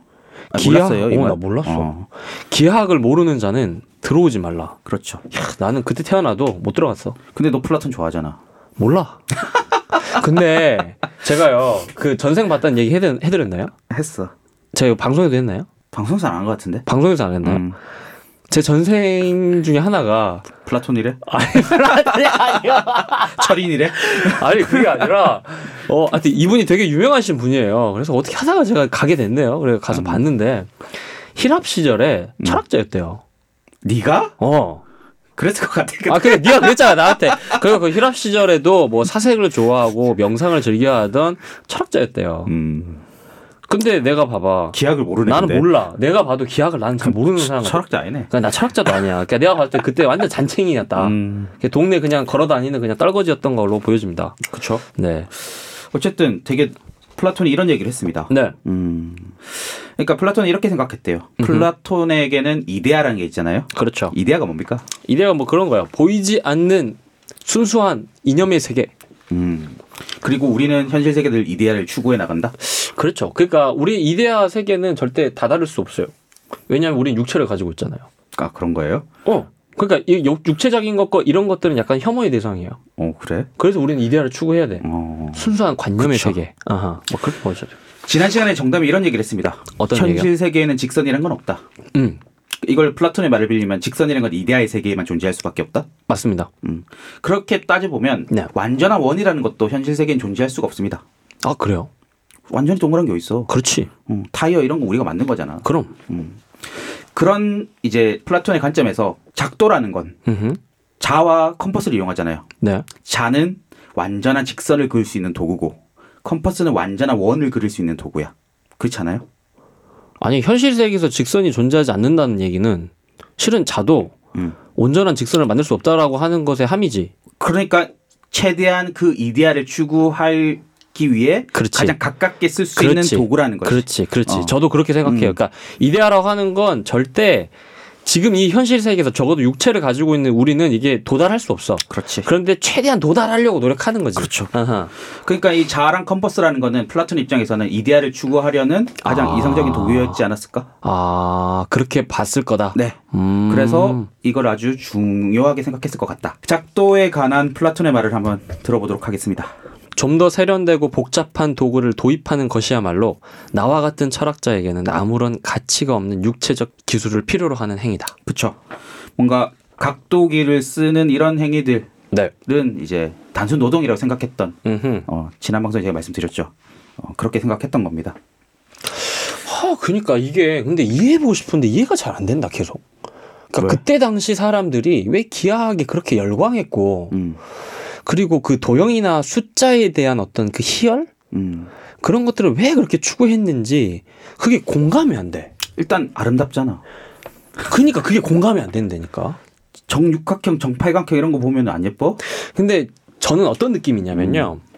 S4: 아,
S2: 기하? 어,
S4: 이거?
S2: 나 몰랐어.
S4: 어,
S2: 기하학을 모르는 자는 들어오지 말라.
S4: 그렇죠.
S2: 야, 나는 그때 태어나도 못 들어갔어.
S4: 근데 너 플라톤 좋아하잖아.
S2: 몰라. 근데 제가요 그 전생 봤다는 얘기 해드, 해드렸나요?
S4: 했어.
S2: 제가 이거 방송에도 했나요?
S4: 방송사 안한 것 같은데?
S2: 방송에서 안 했나요?
S4: 음.
S2: 제 전생 중에 하나가
S4: 플라톤이래?
S2: 아니 아니요
S4: 철인이래?
S2: 아니 그게 아니라 어 하여튼 이분이 되게 유명하신 분이에요. 그래서 어떻게 하다가 제가 가게 됐네요. 그래 가서
S4: 음.
S2: 봤는데 힐합 시절에 철학자였대요.
S4: 네가?
S2: 어.
S4: 그랬을 것 같아.
S2: 아 그래 네가 그랬잖아 나한테. 그리고 그 힐합 시절에도 뭐 사색을 좋아하고 명상을 즐겨하던 철학자였대요.
S4: 음,
S2: 근데 내가 봐봐.
S4: 기약을 모르네.
S2: 나는
S4: 근데.
S2: 몰라. 내가 봐도 기학을 나는 잘 모르는 사람 같아.
S4: 철학자 아니네.
S2: 그러니까 나 철학자도 아니야. 그러니까 내가 봤을 때 그때 완전 잔챙이였다.
S4: 음,
S2: 그냥 동네 그냥 걸어다니는 그냥 떨거지였던 걸로 보여집니다.
S4: 그쵸.
S2: 네.
S4: 어쨌든 되게 플라톤이 이런 얘기를 했습니다.
S2: 네.
S4: 음, 그러니까 플라톤은 이렇게 생각했대요.
S2: 음.
S4: 플라톤에게는 이데아라는 게 있잖아요.
S2: 그렇죠.
S4: 이데아가 뭡니까?
S2: 이래가 뭐 그런 거예요. 보이지 않는 순수한 이념의 세계.
S4: 음, 그리고 우리는 현실 세계늘 이데아를 추구해 나간다.
S2: 그렇죠. 그러니까 우리 이데아 세계는 절대 다다를 수 없어요. 왜냐하면 우린 육체를 가지고 있잖아요.
S4: 아 그런 거예요?
S2: 어. 그러니까 이 육- 육체적인 것과 이런 것들은 약간 혐오의 대상이에요.
S4: 어 그래?
S2: 그래서 우리는 이데아를 추구해야 돼.
S4: 어.
S2: 순수한 관념의
S4: 그쵸.
S2: 세계. 아하. 뭐 그렇게 보셔도 돼요.
S4: 지난 시간에 정답이 이런 얘기를 했습니다.
S2: 어떤
S4: 현실
S2: 얘기요?
S4: 세계에는 직선이란 건 없다.
S2: 음.
S4: 이걸 플라톤의 말을 빌리면 직선이라는 건 이데아의 세계에만 존재할 수밖에 없다.
S2: 맞습니다.
S4: 음. 그렇게 따져보면
S2: 네.
S4: 완전한 원이라는 것도 현실 세계엔 존재할 수가 없습니다.
S2: 아, 그래요?
S4: 완전히 동그란 게 어딨어.
S2: 그렇지.
S4: 음, 타이어 이런 거 우리가 만든 거잖아.
S2: 그럼.
S4: 그런 이제 플라톤의 관점에서 작도라는 건
S2: 음흠.
S4: 자와 컴퍼스를 이용하잖아요.
S2: 네.
S4: 자는 완전한 직선을 그릴 수 있는 도구고 컴퍼스는 완전한 원을 그릴 수 있는 도구야. 그렇잖아요.
S2: 아니 현실 세계에서 직선이 존재하지 않는다는 얘기는 실은 자도
S4: 음.
S2: 온전한 직선을 만들 수 없다라고 하는 것의 함이지.
S4: 그러니까 최대한 그 이데아를 추구하기 위해
S2: 그렇지.
S4: 가장 가깝게 쓸 수 있는 도구라는 거지.
S2: 그렇지, 그렇지.
S4: 어.
S2: 저도 그렇게 생각해요.
S4: 음.
S2: 그러니까 이데아라고 하는 건 절대 지금 이 현실 세계에서 적어도 육체를 가지고 있는 우리는 이게 도달할 수 없어.
S4: 그렇지.
S2: 그런데 최대한 도달하려고 노력하는 거지. 그렇죠.
S4: 그러니까 이 자아랑 컴퍼스라는 거는 플라톤 입장에서는 이데아를 추구하려는 가장
S2: 아.
S4: 이상적인 도구였지 않았을까?
S2: 아 그렇게 봤을 거다.
S4: 네.
S2: 음.
S4: 그래서 이걸 아주 중요하게 생각했을 것 같다. 작도에 관한 플라톤의 말을 한번 들어보도록 하겠습니다.
S2: 좀 더 세련되고 복잡한 도구를 도입하는 것이야말로 나와 같은 철학자에게는 아무런 가치가 없는 육체적 기술을 필요로 하는 행위다.
S4: 그쵸. 뭔가 각도기를 쓰는 이런 행위들은
S2: 네.
S4: 이제 단순 노동이라고 생각했던
S2: 음.
S4: 어, 지난 방송에 제가 말씀드렸죠. 어, 그렇게 생각했던 겁니다.
S2: 하, 그니까 이게 근데 이해해보고 싶은데 이해가 잘 안 된다 계속. 그러니까
S4: 왜?
S2: 그때 당시 사람들이 왜 기하학에 그렇게 열광했고
S4: 음,
S2: 그리고 그 도형이나 숫자에 대한 어떤 그 희열
S4: 음.
S2: 그런 것들을 왜 그렇게 추구했는지 그게 공감이 안 돼.
S4: 일단 아름답잖아.
S2: 그러니까 그게 공감이 안 된다니까.
S4: 정육각형, 정팔각형 이런 거 보면 안 예뻐?
S2: 근데 저는 어떤 느낌이냐면요.
S4: 음.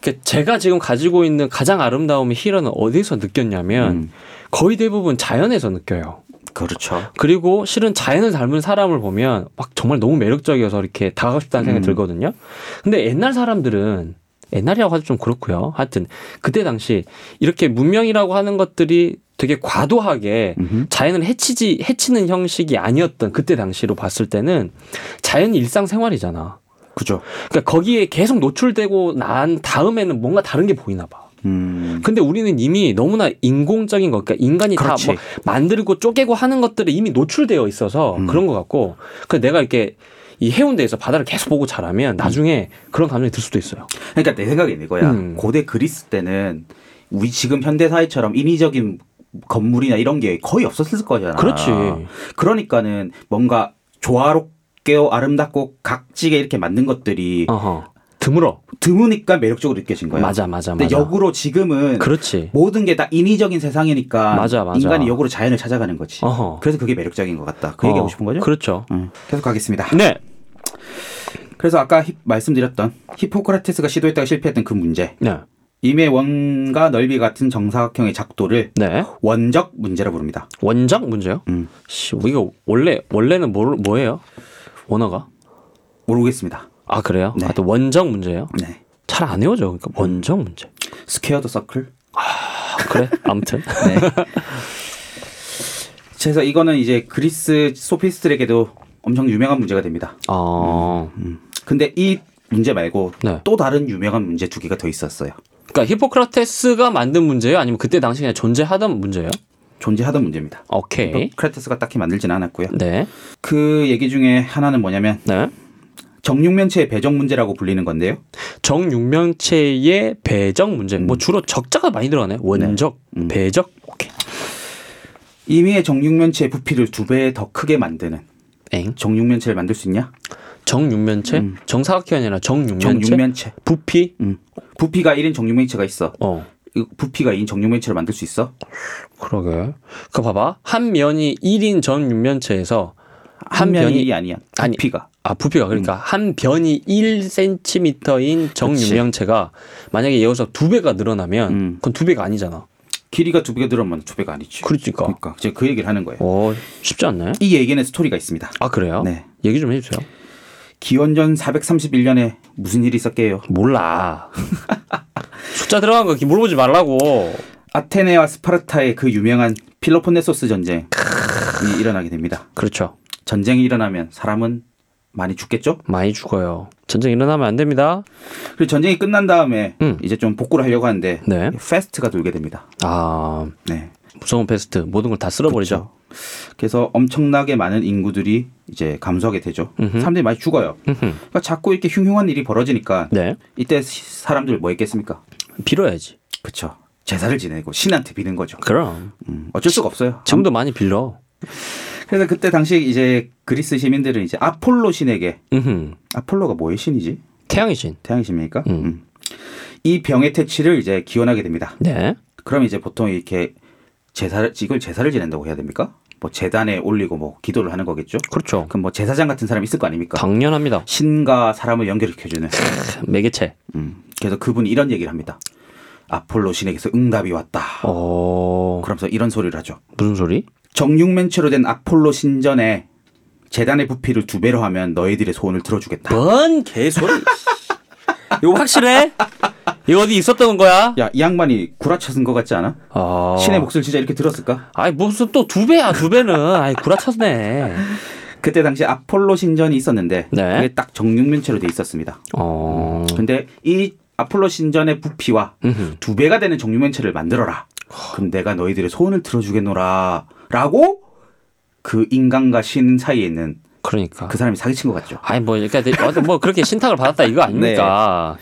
S2: 그러니까 제가 지금 가지고 있는 가장 아름다움의 희열은 어디서 느꼈냐면
S4: 음,
S2: 거의 대부분 자연에서 느껴요.
S4: 그렇죠.
S2: 그리고 실은 자연을 닮은 사람을 보면 막 정말 너무 매력적이어서 이렇게 다가가고 싶다는 생각이
S4: 음.
S2: 들거든요. 근데 옛날 사람들은 옛날이라고 하도 좀 그렇고요. 하여튼 그때 당시 이렇게 문명이라고 하는 것들이 되게 과도하게
S4: 음흠.
S2: 자연을 해치지 해치는 형식이 아니었던 그때 당시로 봤을 때는 자연이 일상생활이잖아.
S4: 그죠.
S2: 그러니까 거기에 계속 노출되고 난 다음에는 뭔가 다른 게 보이나 봐.
S4: 음,
S2: 근데 우리는 이미 너무나 인공적인 것, 그러니까 인간이 다
S4: 그렇지.
S2: 뭐 만들고 쪼개고 하는 것들에 이미 노출되어 있어서
S4: 음.
S2: 그런 것 같고, 그 내가 이렇게 이 해운대에서 바다를 계속 보고
S4: 음.
S2: 자라면 나중에 그런 감정이 들 수도 있어요.
S4: 그러니까 내 생각엔 이거야.
S2: 음.
S4: 고대 그리스 때는 우리 지금 현대 사회처럼 인위적인 건물이나 이런 게 거의 없었을 거잖아.
S2: 그렇지.
S4: 그러니까는 뭔가 조화롭게 아름답고 각지게 이렇게 만든 것들이
S2: 어허. 드물어.
S4: 드무니까 매력적으로 느껴진 거야.
S2: 맞아, 맞아,
S4: 근데
S2: 맞아.
S4: 역으로 지금은
S2: 그렇지.
S4: 모든 게 다 인위적인 세상이니까
S2: 맞아, 맞아.
S4: 인간이 역으로 자연을 찾아가는 거지.
S2: 어허. 어,
S4: 그래서 그게 매력적인 것 같다. 그 얘기하고 싶은 거죠?
S2: 그렇죠.
S4: 응. 계속 가겠습니다.
S2: 네.
S4: 그래서 아까 히- 말씀드렸던 히포크라테스가 시도했다가 실패했던 그 문제.
S2: 네.
S4: 임의 원과 넓이 같은 정사각형의 작도를
S2: 네.
S4: 원적 문제라 부릅니다.
S2: 원작 문제요?
S4: 음.
S2: 씨, 우리가 원래, 원래는 뭐, 뭐예요? 원어가?
S4: 모르겠습니다.
S2: 아, 그래요?
S4: 네.
S2: 아, 또 원적 문제예요?
S4: 네.
S2: 잘 안 외워져. 그러니까 원적 문제.
S4: 스퀘어드 서클.
S2: 아, 그래? 아무튼.
S4: 네. 그래서 이거는 이제 그리스 소피스트에게도 엄청 유명한 문제가 됩니다.
S2: 어.
S4: 근데 이 문제 말고
S2: 네.
S4: 또 다른 유명한 문제 두 개가 더 있었어요.
S2: 그러니까 히포크라테스가 만든 문제예요? 아니면 그때 당시 그냥 존재하던 문제예요?
S4: 존재하던 문제입니다.
S2: 오케이.
S4: 크레테스가 딱히 만들진 않았고요.
S2: 네.
S4: 그 얘기 중에 하나는 뭐냐면
S2: 네.
S4: 정육면체의 배정 문제라고 불리는 건데요.
S2: 정육면체의 배적 문제. 뭐 주로 적자가 많이 들어가네. 음. 원적, 배적. 오케이.
S4: 이미의 정육면체의 부피를 두 배 더 크게 만드는
S2: 엥.
S4: 정육면체를 만들 수 있냐?
S2: 정육면체? 정사각형이 아니라 음. 정육면체.
S4: 정육면체.
S2: 부피?
S4: 음. 부피가 1인 정육면체가 있어.
S2: 어.
S4: 이 부피가 2인 정육면체를 만들 수 있어?
S2: 그러게. 그 봐봐. 한 면이 1인 정육면체에서
S4: 한
S2: 한
S4: 면이
S2: 변이-
S4: 아니야.
S2: 아니.
S4: 부피가.
S2: 아, 부피가 그러니까
S4: 음.
S2: 한 변이 1cm인 정육면체가 만약에 여기서 두 배가 늘어나면
S4: 음.
S2: 그건 두 배가 아니잖아.
S4: 길이가 두 배가 늘어나면 두 배가 아니지.
S2: 그러니까.
S4: 그러니까 제가 그 얘기를 하는 거예요.
S2: 오, 쉽지 않네.
S4: 이 얘기는 스토리가 있습니다.
S2: 아 그래요?
S4: 네.
S2: 얘기 좀 해주세요.
S4: 기원전 431년에 무슨 일이 있었게요?
S2: 몰라. 숫자 들어간 거 물어보지 말라고.
S4: 아테네와 스파르타의 그 유명한 필로폰네소스 전쟁이 일어나게 됩니다.
S2: 그렇죠.
S4: 전쟁이 일어나면 사람은 많이 죽겠죠?
S2: 많이 죽어요. 전쟁 일어나면 안 됩니다.
S4: 그리고 전쟁이 끝난 다음에
S2: 음.
S4: 이제 좀 복구를 하려고 하는데
S2: 네.
S4: 페스트가 돌게 됩니다.
S2: 아
S4: 네.
S2: 무서운 패스트 모든 걸 다 쓸어버리죠.
S4: 그래서 엄청나게 많은 인구들이 이제 감소하게 되죠. 사람들이 많이 죽어요.
S2: 음흠.
S4: 그러니까 자꾸 이렇게 흉흉한 일이 벌어지니까
S2: 네.
S4: 이때 시- 사람들 뭐 했겠습니까?
S2: 빌어야지.
S4: 그렇죠. 제사를 지내고 신한테 비는 거죠.
S2: 그럼
S4: 음, 어쩔 수가 없어요.
S2: 지금도 많이 빌려.
S4: 그래서 그때 당시 이제 그리스 시민들은 이제 아폴로 신에게
S2: 음흠.
S4: 아폴로가 뭐의 신이지?
S2: 태양의 신.
S4: 태양의 신입니까? 음. 이 병의 퇴치를 이제 기원하게 됩니다.
S2: 네.
S4: 그럼 이제 보통 이렇게 제사를 이걸 제사를 지낸다고 해야 됩니까? 뭐 재단에 올리고 뭐 기도를 하는 거겠죠.
S2: 그렇죠.
S4: 그럼 뭐 제사장 같은 사람이 있을 거 아닙니까?
S2: 당연합니다.
S4: 신과 사람을 연결시켜주는.
S2: 매개체.
S4: 음. 그래서 그분이 이런 얘기를 합니다. 아폴로 신에게서 응답이 왔다.
S2: 어
S4: 그러면서 이런 소리를 하죠.
S2: 무슨 소리?
S4: 정육면체로 된 아폴로 신전에 재단의 부피를 두 배로 하면 너희들의 소원을 들어주겠다.
S2: 뭔 개소리? 이거 확실해? 이거 어디 있었던 거야?
S4: 야, 이 양반이 구라쳤은 것 같지 않아?
S2: 아.
S4: 신의 목소리 진짜 이렇게 들었을까?
S2: 아이 무슨 또 두 배야 두 배는 아이 구라쳤네.
S4: 그때 당시 아폴로 신전이 있었는데
S2: 네.
S4: 그게 딱 정육면체로 돼 있었습니다.
S2: 어. 음.
S4: 근데 이 아폴로 신전의 부피와 두 배가 되는 정육면체를 만들어라. 그럼 내가 너희들의 소원을 들어주겠노라라고 그 인간과 신 사이에 있는
S2: 그러니까.
S4: 그 사람이 사기친 것 같죠.
S2: 아니 뭐 그러니까 어떤 뭐 그렇게 신탁을 받았다 이거 아닙니까?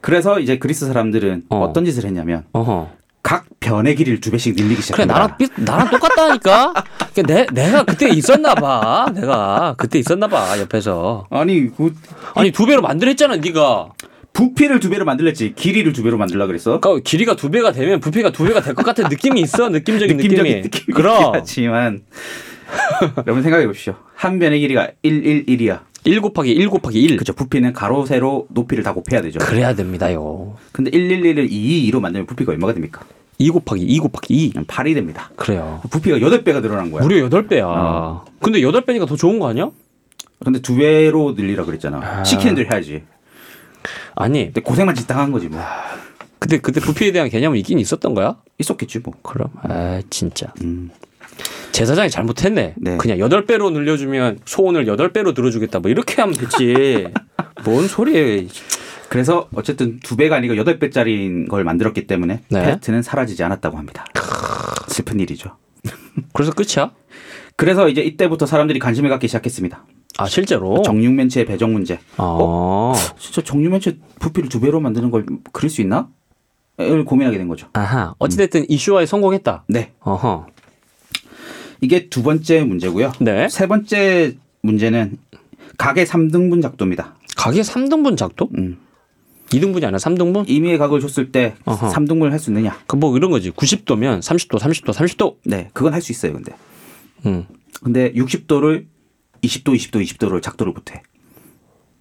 S4: 그래서 이제 그리스 사람들은
S2: 어.
S4: 어. 떤 짓을 했냐면
S2: 어허.
S4: 각 변의 길이를 두 배씩 늘리기
S2: 그래
S4: 시작합니다.
S2: 나랑 비, 나랑 똑같다니까. 그러니까 내 내가 그때 있었나 봐. 내가 그때 있었나 봐 옆에서.
S4: 아니 그
S2: 아니 두 배로 만들었잖아 네가.
S4: 부피를 두 배로 만들랬지 길이를 두 배로 만들라 그랬어.
S2: 그러니까 길이가 두 배가 되면 부피가 두 배가 될 것 같은 느낌이 있어 느낌적인
S4: 느낌적인
S2: 느낌이.
S4: 느낌이
S2: 그럼
S4: 하지만 여러분 생각해 보십시오. 한 변의 길이가 111이야.
S2: 1 곱하기 1 곱하기 1.
S4: 그죠 부피는 가로 세로 높이를 다 곱해야 되죠.
S2: 그래야 됩니다요.
S4: 근데 111을 222로 만들면 부피가 얼마가 됩니까?
S2: 2 곱하기 2 곱하기 2.
S4: 그냥 8이 됩니다.
S2: 그래요.
S4: 부피가 8배가 늘어난 거야.
S2: 무려 8배야.
S4: 어.
S2: 근데 8배니까 더 좋은 거 아니야?
S4: 근데 두 배로 늘리라 그랬잖아. 시키는 대로 해야지.
S2: 아니,
S4: 근데 고생만 짓당한 거지 뭐.
S2: 근데 그때 부피에 대한 개념은 있긴 있었던 거야?
S4: 있었겠지 뭐.
S2: 그럼, 아 진짜.
S4: 음.
S2: 제사장이 잘못했네.
S4: 네.
S2: 그냥 8배로 늘려주면 소원을 8배로 들어주겠다. 뭐 이렇게 하면 되지. 뭔 소리예요.
S4: 그래서 어쨌든 두 배가 아니고 여덟 배짜리인 걸 만들었기 때문에
S2: 네.
S4: 패트는 사라지지 않았다고 합니다. 슬픈 일이죠.
S2: 그래서 끝이야?
S4: 그래서 이제 이때부터 사람들이 관심을 갖기 시작했습니다.
S2: 아, 실제로?
S4: 정육면체의 배정 문제.
S2: 어.
S4: 진짜 정육면체 부피를 두 배로 만드는 걸 그릴 수 있나? 를 고민하게 된 거죠.
S2: 아하. 어찌됐든 이슈화에 성공했다.
S4: 네.
S2: 어허.
S4: 이게 두 번째 문제고요.
S2: 네.
S4: 세 번째 문제는 가게 3등분 작도입니다.
S2: 가게 3등분 작도?
S4: 음.
S2: 2등분이 아니라 3등분?
S4: 임의의 각을 줬을 때
S2: 어허.
S4: 3등분을 할 수 있느냐?
S2: 그 뭐 이런 거지. 90도면 30도, 30도, 30도.
S4: 네, 그건 할 수 있어요, 근데.
S2: 음.
S4: 근데 60도를 20도, 20도, 20도를 작도를 못해.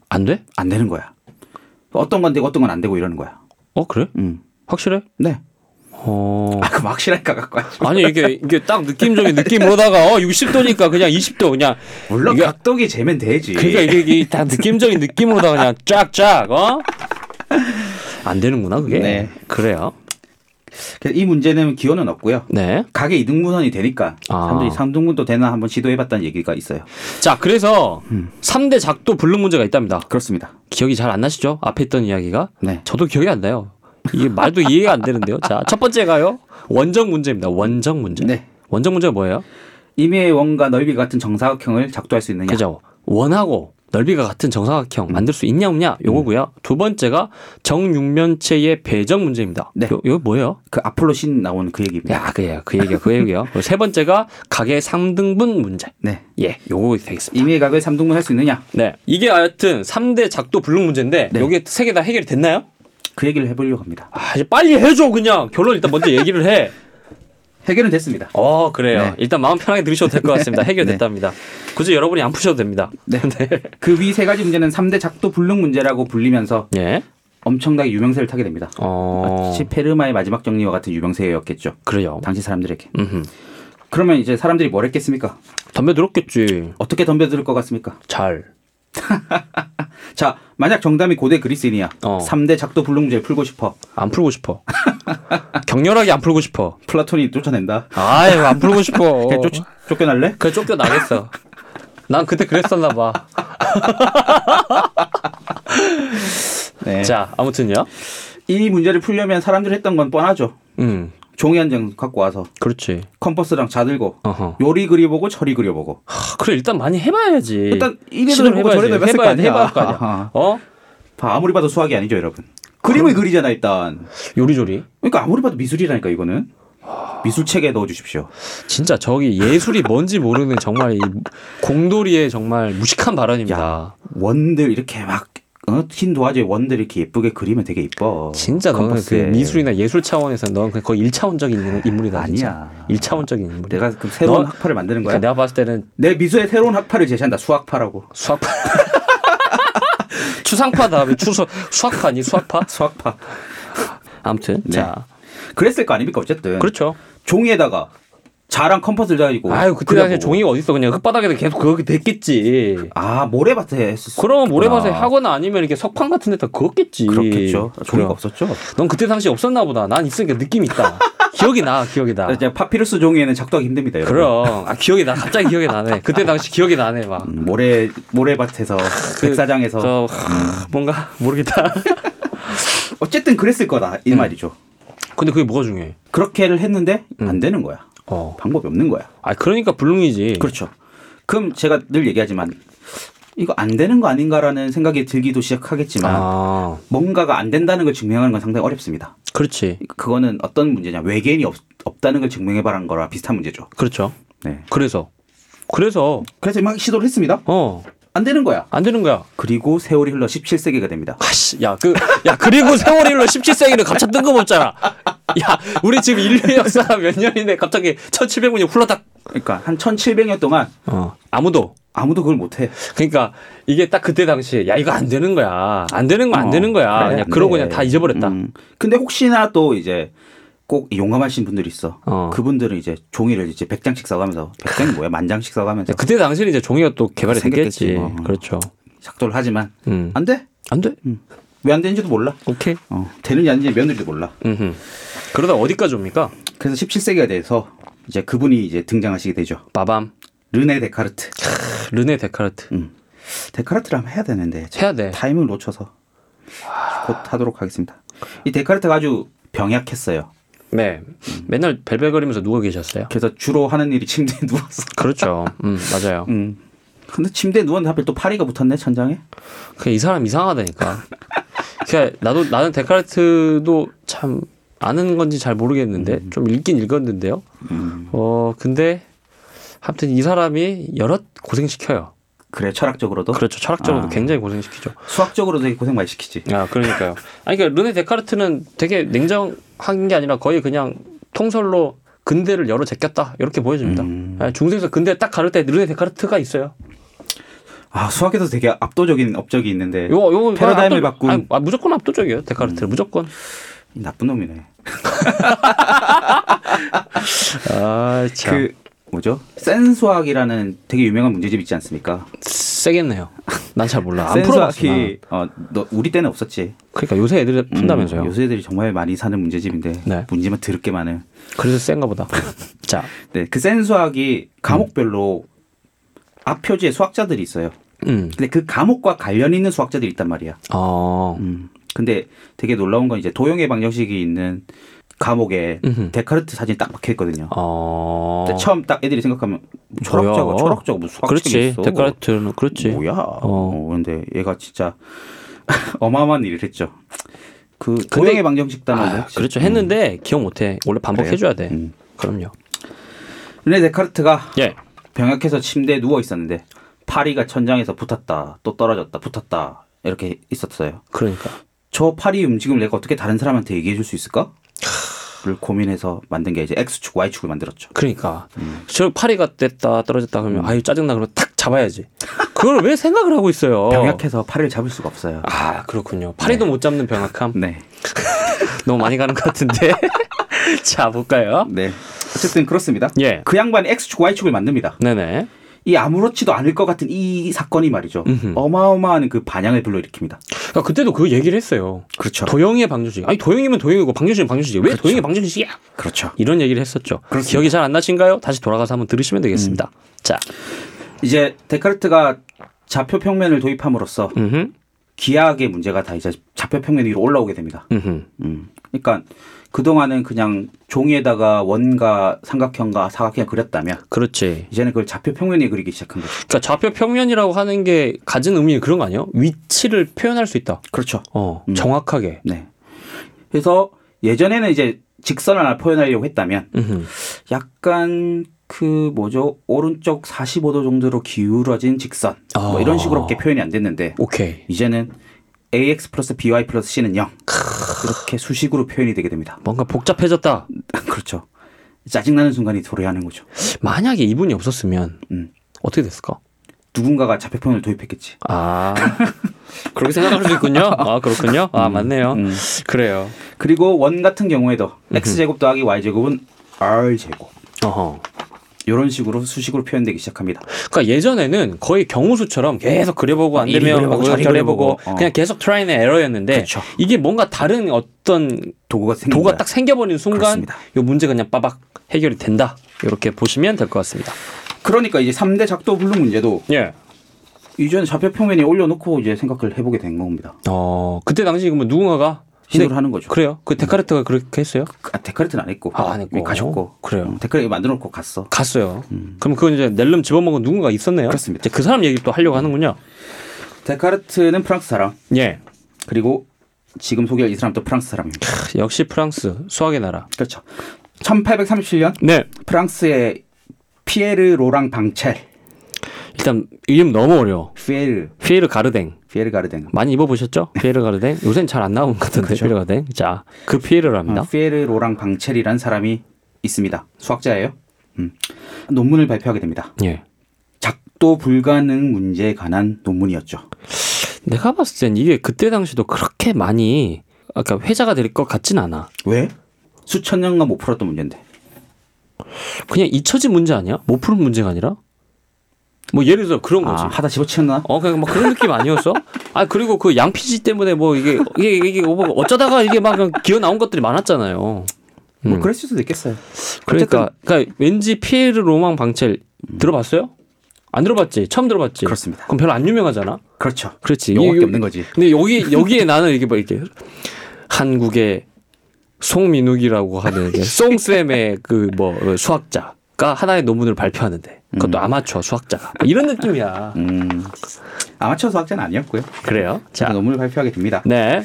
S2: 안 돼?
S4: 안 되는 거야. 어떤 건 되고 어떤 건 안 되고 이러는 거야.
S2: 어, 그래?
S4: 음.
S2: 확실해?
S4: 네.
S2: 어.
S4: 아, 그럼 확실할까 갖고 와야지.
S2: 아니 이게 이게 딱 느낌적인 느낌으로다가 어 60도니까 그냥 20도 그냥
S4: 물론
S2: 이게-
S4: 각도기 재면 되지.
S2: 그러니까 이게, 이게 다 느낌적인 느낌으로다가 그냥 쫙쫙 어? 안 되는구나 그게.
S4: 네.
S2: 그래요.
S4: 그래서 이 문제는 기여는 없고요.
S2: 네.
S4: 가게 2등분선이 되니까
S2: 아.
S4: 사람들이 3등분도 되나 한번 시도해봤다는 얘기가 있어요.
S2: 자 그래서 삼 3대 작도 불능 문제가 있답니다.
S4: 그렇습니다.
S2: 기억이 잘 안 나시죠? 앞에 있던 이야기가.
S4: 네.
S2: 저도 기억이 안 나요. 이게 말도 이해가 안 되는데요. 자 첫 번째가요 원정 문제입니다. 원정 문제.
S4: 네.
S2: 원정 문제가 뭐예요?
S4: 임의의 원과 넓이가 같은 정사각형을 작도할 수 있느냐.
S2: 그죠. 원하고 넓이가 같은 정사각형 만들 수 있냐 없냐 요거고요. 두 번째가 정육면체의 배정 문제입니다.
S4: 네.
S2: 요, 요 뭐예요?
S4: 그 아폴로 신 나오는 그 얘기입니다.
S2: 야, 그예요. 그 얘기요. 그 얘기요. 그리고 세 번째가 가게 3등분 문제.
S4: 네.
S2: 예, 요거 되겠습니다.
S4: 임의의 각을 3등분 할 수 있느냐.
S2: 네. 이게 하여튼 3대 작도 불능 문제인데
S4: 네.
S2: 여기 세 개 다 해결이 됐나요?
S4: 그 얘기를 해보려고 합니다.
S2: 아, 이제 빨리 해 줘. 그냥 결론 일단 먼저 얘기를 해.
S4: 해결은 됐습니다.
S2: 어, 그래요.
S4: 네.
S2: 일단 마음 편하게 들으셔도 될 것 같습니다. 해결됐답니다. 굳이 여러분이 안 푸셔도 됩니다.
S4: 네. 그 위 세 가지 문제는 3대 작도 불능 문제라고 불리면서
S2: 예.
S4: 엄청나게 유명세를 타게 됩니다.
S2: 어.
S4: 마치 페르마의 마지막 정리와 같은 유명세였겠죠.
S2: 그래요.
S4: 당시 사람들에게.
S2: 음.
S4: 그러면 이제 사람들이 뭘 했겠습니까?
S2: 담배 들었겠지.
S4: 어떻게 덤벼들 것 같습니까?
S2: 잘.
S4: 자, 만약 정답이 고대 그리스인이야.
S2: 어.
S4: 3대 작도 불능 문제를 풀고 싶어.
S2: 안 풀고 싶어. 격렬하게 안 풀고 싶어.
S4: 플라톤이 쫓아낸다.
S2: 아유, 안 풀고 싶어.
S4: 그냥 쫓, 쫓겨날래?
S2: 그래, 쫓겨나겠어. 난 그때 그랬었나 봐.
S4: 네.
S2: 자, 아무튼요.
S4: 이 문제를 풀려면 사람들이 했던 건 뻔하죠.
S2: 음,
S4: 종이 한 장 갖고 와서
S2: 그렇지.
S4: 컴퍼스랑 자들고
S2: 어허.
S4: 요리 그려보고 저리 그려보고
S2: 아, 그래, 일단 많이 해봐야지.
S4: 일단 이래도
S2: 시도를
S4: 해보고 저래도
S2: 해봐야지.
S4: 해봤을 거
S2: 해봐야
S4: 아니야.
S2: 해봐야 할거 아니야.
S4: 아하.
S2: 어?
S4: 봐, 아무리 봐도 수학이 아니죠 여러분 그림을 그리잖아 일단
S2: 요리조리.
S4: 그러니까 아무리 봐도 미술이라니까 이거는
S2: 아.
S4: 미술책에 넣어주십시오
S2: 진짜 저기 예술이 뭔지 모르는 정말 이 공돌이의 정말 무식한 발언입니다.
S4: 원들 이렇게 막 어, 흰 도화지에 원들 이렇게 예쁘게 그리면 되게 예뻐.
S2: 진짜 너는 그
S4: 컴퍼스에.
S2: 미술이나 예술 차원에서 넌 그냥 거의 1차원적인 인물- 인물이다.
S4: 아니야.
S2: 1차원적인 인물.
S4: 내가 그럼 새로운
S2: 너-
S4: 학파를 만드는 거야?
S2: 그러니까 내가 봤을 때는
S4: 내 미술의 새로운 학파를 제시한다. 수학파라고.
S2: 수학파. 추상파다. 왜 추수, 수학파 아니 수학파?
S4: 수학파.
S2: 아무튼.
S4: 네.
S2: 자.
S4: 그랬을 거 아닙니까 어쨌든.
S2: 그렇죠.
S4: 종이에다가 자랑 컴퍼스를 가지고.
S2: 아유, 그때 당시에
S4: 그려보고.
S2: 종이가 어딨어. 그냥 흙바닥에서 계속 그렇게 됐겠지.
S4: 아 모래밭에 했었어.
S2: 그럼 모래밭에 하거나 아니면 이렇게 석판 같은 데다 그었겠지.
S4: 그렇겠죠. 종이가
S2: 그럼.
S4: 없었죠.
S2: 넌 그때 당시 없었나 보다. 난 있으니까 느낌 있다. 기억이 나, 기억이 나.
S4: 이제 아, 파피루스 종이에는 작동하기 힘듭니다. 여러분.
S2: 그럼. 아, 기억이 나. 갑자기 기억이 나네. 그때 당시 기억이 나네, 막.
S4: 음, 모래 모래밭에서 백사장에서
S2: 아, 그 저, 하, 뭔가, 모르겠다.
S4: 어쨌든 그랬을 거다 이 말이죠.
S2: 근데 그게 뭐가 중요해?
S4: 그렇게를 했는데 안 되는 거야.
S2: 어.
S4: 방법이 없는 거야.
S2: 아, 그러니까 불능이지.
S4: 그렇죠. 그럼 제가 늘 얘기하지만 이거 안 되는 거 아닌가라는 생각이 들기도 시작하겠지만
S2: 아,
S4: 뭔가가 안 된다는 걸 증명하는 건 상당히 어렵습니다.
S2: 그렇지.
S4: 그거는 어떤 문제냐 외계인이 없, 없다는 걸 증명해봐라는 거랑 비슷한 문제죠.
S2: 그렇죠.
S4: 네.
S2: 그래서. 그래서,
S4: 그래서 막 시도를 했습니다.
S2: 어,
S4: 안 되는 거야.
S2: 안 되는 거야.
S4: 그리고 세월이 흘러 17세기가 됩니다.
S2: 아씨, 야, 그, 야, 그리고 세월이 흘러 17세기는 갑자기 뜬금없잖아. 야, 우리 지금 인류 역사 몇 년인데 갑자기 1700년이 훌라닥.
S4: 그러니까 한 1700년 동안
S2: 어, 아무도.
S4: 아무도 그걸 못해.
S2: 그러니까 이게 딱 그때 당시에, 야, 이거 안 되는 거야. 안 되는 거 안
S4: 어,
S2: 되는 거야.
S4: 그래,
S2: 그냥 그러고
S4: 네.
S2: 그냥 다 잊어버렸다.
S4: 음. 근데 혹시나 또 이제 꼭 용감하신 분들이 있어.
S2: 어.
S4: 그분들은 이제 종이를 이제 100장씩 써가면서 100장이 뭐야? 만 장씩
S2: 근데
S4: 써가면서
S2: 그때 당시에는 이제 종이가 또 개발이
S4: 생겼겠지,
S2: 됐겠지.
S4: 뭐.
S2: 그렇죠.
S4: 작도를 하지만
S2: 음.
S4: 안 돼.
S2: 안 돼.
S4: 왜 안 되는지도 몰라.
S2: 오케이.
S4: 어, 되는지 안 되는지 며느리도 몰라.
S2: 음흠. 그러다 어디까지 옵니까?
S4: 그래서 17세기가 돼서 이제 그분이 이제 등장하시게 되죠.
S2: 빠밤.
S4: 르네 데카르트.
S2: 르네 데카르트.
S4: 음. 데카르트를 한번 해야 되는데 제가
S2: 해야 돼.
S4: 타이밍을 놓쳐서 곧 하도록 하겠습니다. 이 데카르트가 아주 병약했어요.
S2: 네. 맨날 벨벨거리면서 누워 계셨어요.
S4: 그래서 주로 하는 일이 침대에 누워서.
S2: 그렇죠. 음, 맞아요.
S4: 음. 근데 침대에 누웠는데 하필 또 파리가 붙었네 천장에.
S2: 그냥 그러니까 이 사람 이상하다니까. 그냥 나도 나는 데카르트도 참 아는 건지 잘 모르겠는데
S4: 음.
S2: 좀 읽긴 읽었는데요. 어 근데 아무튼 이 사람이 여러 고생 시켜요.
S4: 그래 철학적으로도
S2: 그렇죠. 철학적으로도
S4: 아.
S2: 굉장히 고생 시키죠.
S4: 수학적으로도 되게 고생 많이 시키지.
S2: 아 그러니까요. 아니 그러니까 르네 데카르트는 되게 냉정한 게 아니라 거의 그냥 통설로 근대를 열어 제꼈다 이렇게 보여집니다.
S4: 음.
S2: 아, 중세에서 근대 딱 가를 때 르네 데카르트가 있어요.
S4: 아 수학에서 되게 압도적인 업적이 있는데
S2: 요, 요,
S4: 네. 패러다임을
S2: 압도-
S4: 바꾼- 음.
S2: 아니, 아, 무조건 압도적이에요. 데카르트 는 무조건.
S4: 이 나쁜 놈이네.
S2: 아, 참.
S4: 그 뭐죠? 센 수학이라는 되게 유명한 문제집 있지 않습니까?
S2: 세겠네요. 난 잘 몰라. 안
S4: 센
S2: 풀어봤어. 나.
S4: 수학이 어, 너, 우리 때는 없었지.
S2: 그러니까 요새 애들이
S4: 음,
S2: 푼다면서요.
S4: 요새 애들이 정말 많이 사는 문제집인데
S2: 네.
S4: 문제만 드럽게 많아요.
S2: 그래서 센가 보다. 자,
S4: 네, 그 센 수학이 과목별로 앞표지에 수학자들이 있어요.
S2: 음,
S4: 근데 그 과목과 관련 있는 수학자들이 있단 말이야.
S2: 어,
S4: 음. 근데 되게 놀라운 건 이제 도형의 방정식이 있는 과목에
S2: 음흠.
S4: 데카르트 사진이 딱 박혀 있거든요.
S2: 어,
S4: 근데 처음 딱 애들이 생각하면
S2: 뭐야?
S4: 철학자고 철학자고 무슨 수학책이
S2: 그렇지.
S4: 있어.
S2: 데카르트는 그렇지.
S4: 뭐야? 어, 근데 얘가 진짜 어마어마한 일을 했죠. 그 도형의 방정식 단어도
S2: 아, 그렇죠. 했는데 기억 못해. 원래 반복해줘야 돼.
S4: 음.
S2: 그럼요.
S4: 르네 데카르트가
S2: 예.
S4: 병약해서 침대에 누워 있었는데 파리가 천장에서 붙었다 또 떨어졌다 붙었다 이렇게 있었어요.
S2: 그러니까.
S4: 저 파리 움직임을 내가 어떻게 다른 사람한테 얘기해 줄 수 있을까? 를 고민해서 만든 게 이제 X축, Y축을 만들었죠.
S2: 그러니까.
S4: 음.
S2: 저 파리가 됐다 떨어졌다 그러면 아유 짜증나 그러면 탁 잡아야지. 그걸 왜 생각을 하고 있어요?
S4: 병약해서 파리를 잡을 수가 없어요.
S2: 아 그렇군요. 파리도 못 잡는 병약함.
S4: 네.
S2: 너무 많이 가는 것 같은데. 자 볼까요?
S4: 네. 어쨌든 그렇습니다.
S2: 예.
S4: 그 양반이 X축, Y축을 만듭니다.
S2: 네네.
S4: 이 아무렇지도 않을 것 같은 이 사건이 말이죠. 어마어마한 그 반향을 불러일으킵니다.
S2: 그러니까 그때도 그 얘기를 했어요.
S4: 그렇죠.
S2: 도형의 방정식. 아니 도형이면 도형이고 방정식이면 방정식이 왜 도형의 방정식이야?
S4: 그렇죠.
S2: 이런 얘기를 했었죠. 기억이 잘 안 나신가요? 다시 돌아가서 한번 들으시면 되겠습니다.
S4: 음.
S2: 자,
S4: 이제 데카르트가 좌표 평면을 도입함으로써
S2: 음흠,
S4: 기하학의 문제가 다 이제 좌표 평면 위로 올라오게 됩니다.
S2: 음흠.
S4: 음. 그러니까 그동안은 그냥 종이에다가 원과 삼각형과 사각형을 그렸다면
S2: 그렇지.
S4: 이제는 그걸 좌표 평면에 그리기 시작한 거죠.
S2: 그러니까 좌표 평면이라고 하는 게 가진 의미 그런 거 아니에요? 위치를 표현할 수 있다.
S4: 그렇죠.
S2: 어, 정확하게.
S4: 네. 그래서 예전에는 이제 직선을 하나 표현하려고 했다면
S2: 음흠.
S4: 약간 그 뭐죠 오른쪽 아. 45도 정도로 기울어진 직선 뭐 이런 식으로밖에 표현이 안 됐는데
S2: 오케이.
S4: 이제는 ax 플러스 by 플러스 c는 0. 이렇게 수식으로 표현이 되게 됩니다.
S2: 뭔가 복잡해졌다.
S4: 그렇죠. 짜증나는 순간이 도래하는 거죠.
S2: 만약에 이분이 없었으면
S4: 음.
S2: 어떻게 됐을까?
S4: 누군가가 자폐폰을 도입했겠지.
S2: 아 그렇게 생각할 수 있군요. 아 그렇군요.
S4: 음.
S2: 아 맞네요. 그래요.
S4: 그리고 원 같은 경우에도 x제곱 더하기 y제곱은 r제곱.
S2: 어허.
S4: 이런 식으로 수식으로 표현되기 시작합니다.
S2: 그러니까 예전에는 거의 경우수처럼 계속 그려보고 안
S4: 이리
S2: 되면
S4: 아, 그려보고
S2: 뭐
S4: 저리
S2: 그려보고
S4: 그려보고. 어.
S2: 그냥 계속 트라이 앤 에러였는데
S4: 그쵸.
S2: 이게 뭔가 다른 어떤
S4: 도구가 생긴
S2: 도가
S4: 거야.
S2: 딱 생겨버린 순간
S4: 그렇습니다.
S2: 이 문제 그냥 빠박 해결이 된다. 이렇게 보시면 될 것 같습니다.
S4: 그러니까 이제 3대 작도 불능 문제도
S2: 예.
S4: 이전 좌표평면에 올려놓고 이제 생각을 해보게 된 겁니다.
S2: 어 그때 당시 그러면 누군가가
S4: 시도를
S2: 근데
S4: 하는 거죠.
S2: 그래요. 그 데카르트가 그렇게 했어요?
S4: 아, 데카르트는 안 했고.
S2: 아, 안 했고.
S4: 가셨고.
S2: 그래요.
S4: 음, 데카르트 만들어 놓고 갔어.
S2: 갔어요. 그럼 그건 이제 낼름 집어먹은 누군가 있었네요.
S4: 음. 그렇습니다. 음.
S2: 이제 그 사람 얘기 또 하려고 하는군요.
S4: 데카르트는 프랑스 사람.
S2: 예.
S4: 그리고 지금 소개할 이 사람도 프랑스 사람입니다.
S2: 크, 역시 프랑스 수학의 나라.
S4: 그렇죠. 1837년
S2: 네.
S4: 프랑스의 피에르 로랑 방첼.
S2: 일단 이름 너무 어려워.
S4: 피에르.
S2: 피에르 가르댕.
S4: 피에르 가르댕.
S2: 많이 입어보셨죠? 피에르 가르댕. 요새는 잘 안 나오는 것 같은데 피에르 가르댕. 자, 그 피에르랍니다.
S4: 어, 피에르 로랑 방첼이라는 사람이 있습니다. 수학자예요. 음. 논문을 발표하게 됩니다.
S2: 예.
S4: 작도 불가능 문제에 관한 논문이었죠.
S2: 내가 봤을 땐 이게 그때 당시도 그렇게 많이 아까 회자가 될 것 같진 않아.
S4: 왜? 수천 년간 못 풀었던 문제인데.
S2: 그냥 잊혀진 문제 아니야? 못 푸는 문제가 아니라? 뭐 예를 들어 그런 거지.
S4: 아, 하다 집어치웠나?
S2: 어, 그냥 막 그런 느낌 아니었어? 아, 그리고 그 양피지 때문에 뭐 이게, 이게, 이게 뭐 어쩌다가 이게 막 그냥 기어 나온 것들이 많았잖아요.
S4: 뭐 그럴 수도 있겠어요.
S2: 음. 그러니까,
S4: 어쨌든-
S2: 그러니까 왠지 피에르 로망 방첼 들어봤어요? 안 들어봤지? 처음 들어봤지?
S4: 그렇습니다.
S2: 그럼 별로 안 유명하잖아?
S4: 그렇죠.
S2: 그렇지.
S4: 영어밖에
S2: 이-
S4: 없는 거지.
S2: 근데 여기, 여기에 나는 이게 뭐 이렇게 한국의 송민욱이라고 하는 이게 송쌤의 그 뭐 수학자가 하나의 논문을 발표하는데 그것도 아마추어 수학자가 뭐 이런 느낌이야.
S4: 음, 아마추어 수학자는 아니었고요.
S2: 그래요?
S4: 그
S2: 자.
S4: 논문을 발표하게 됩니다.
S2: 네.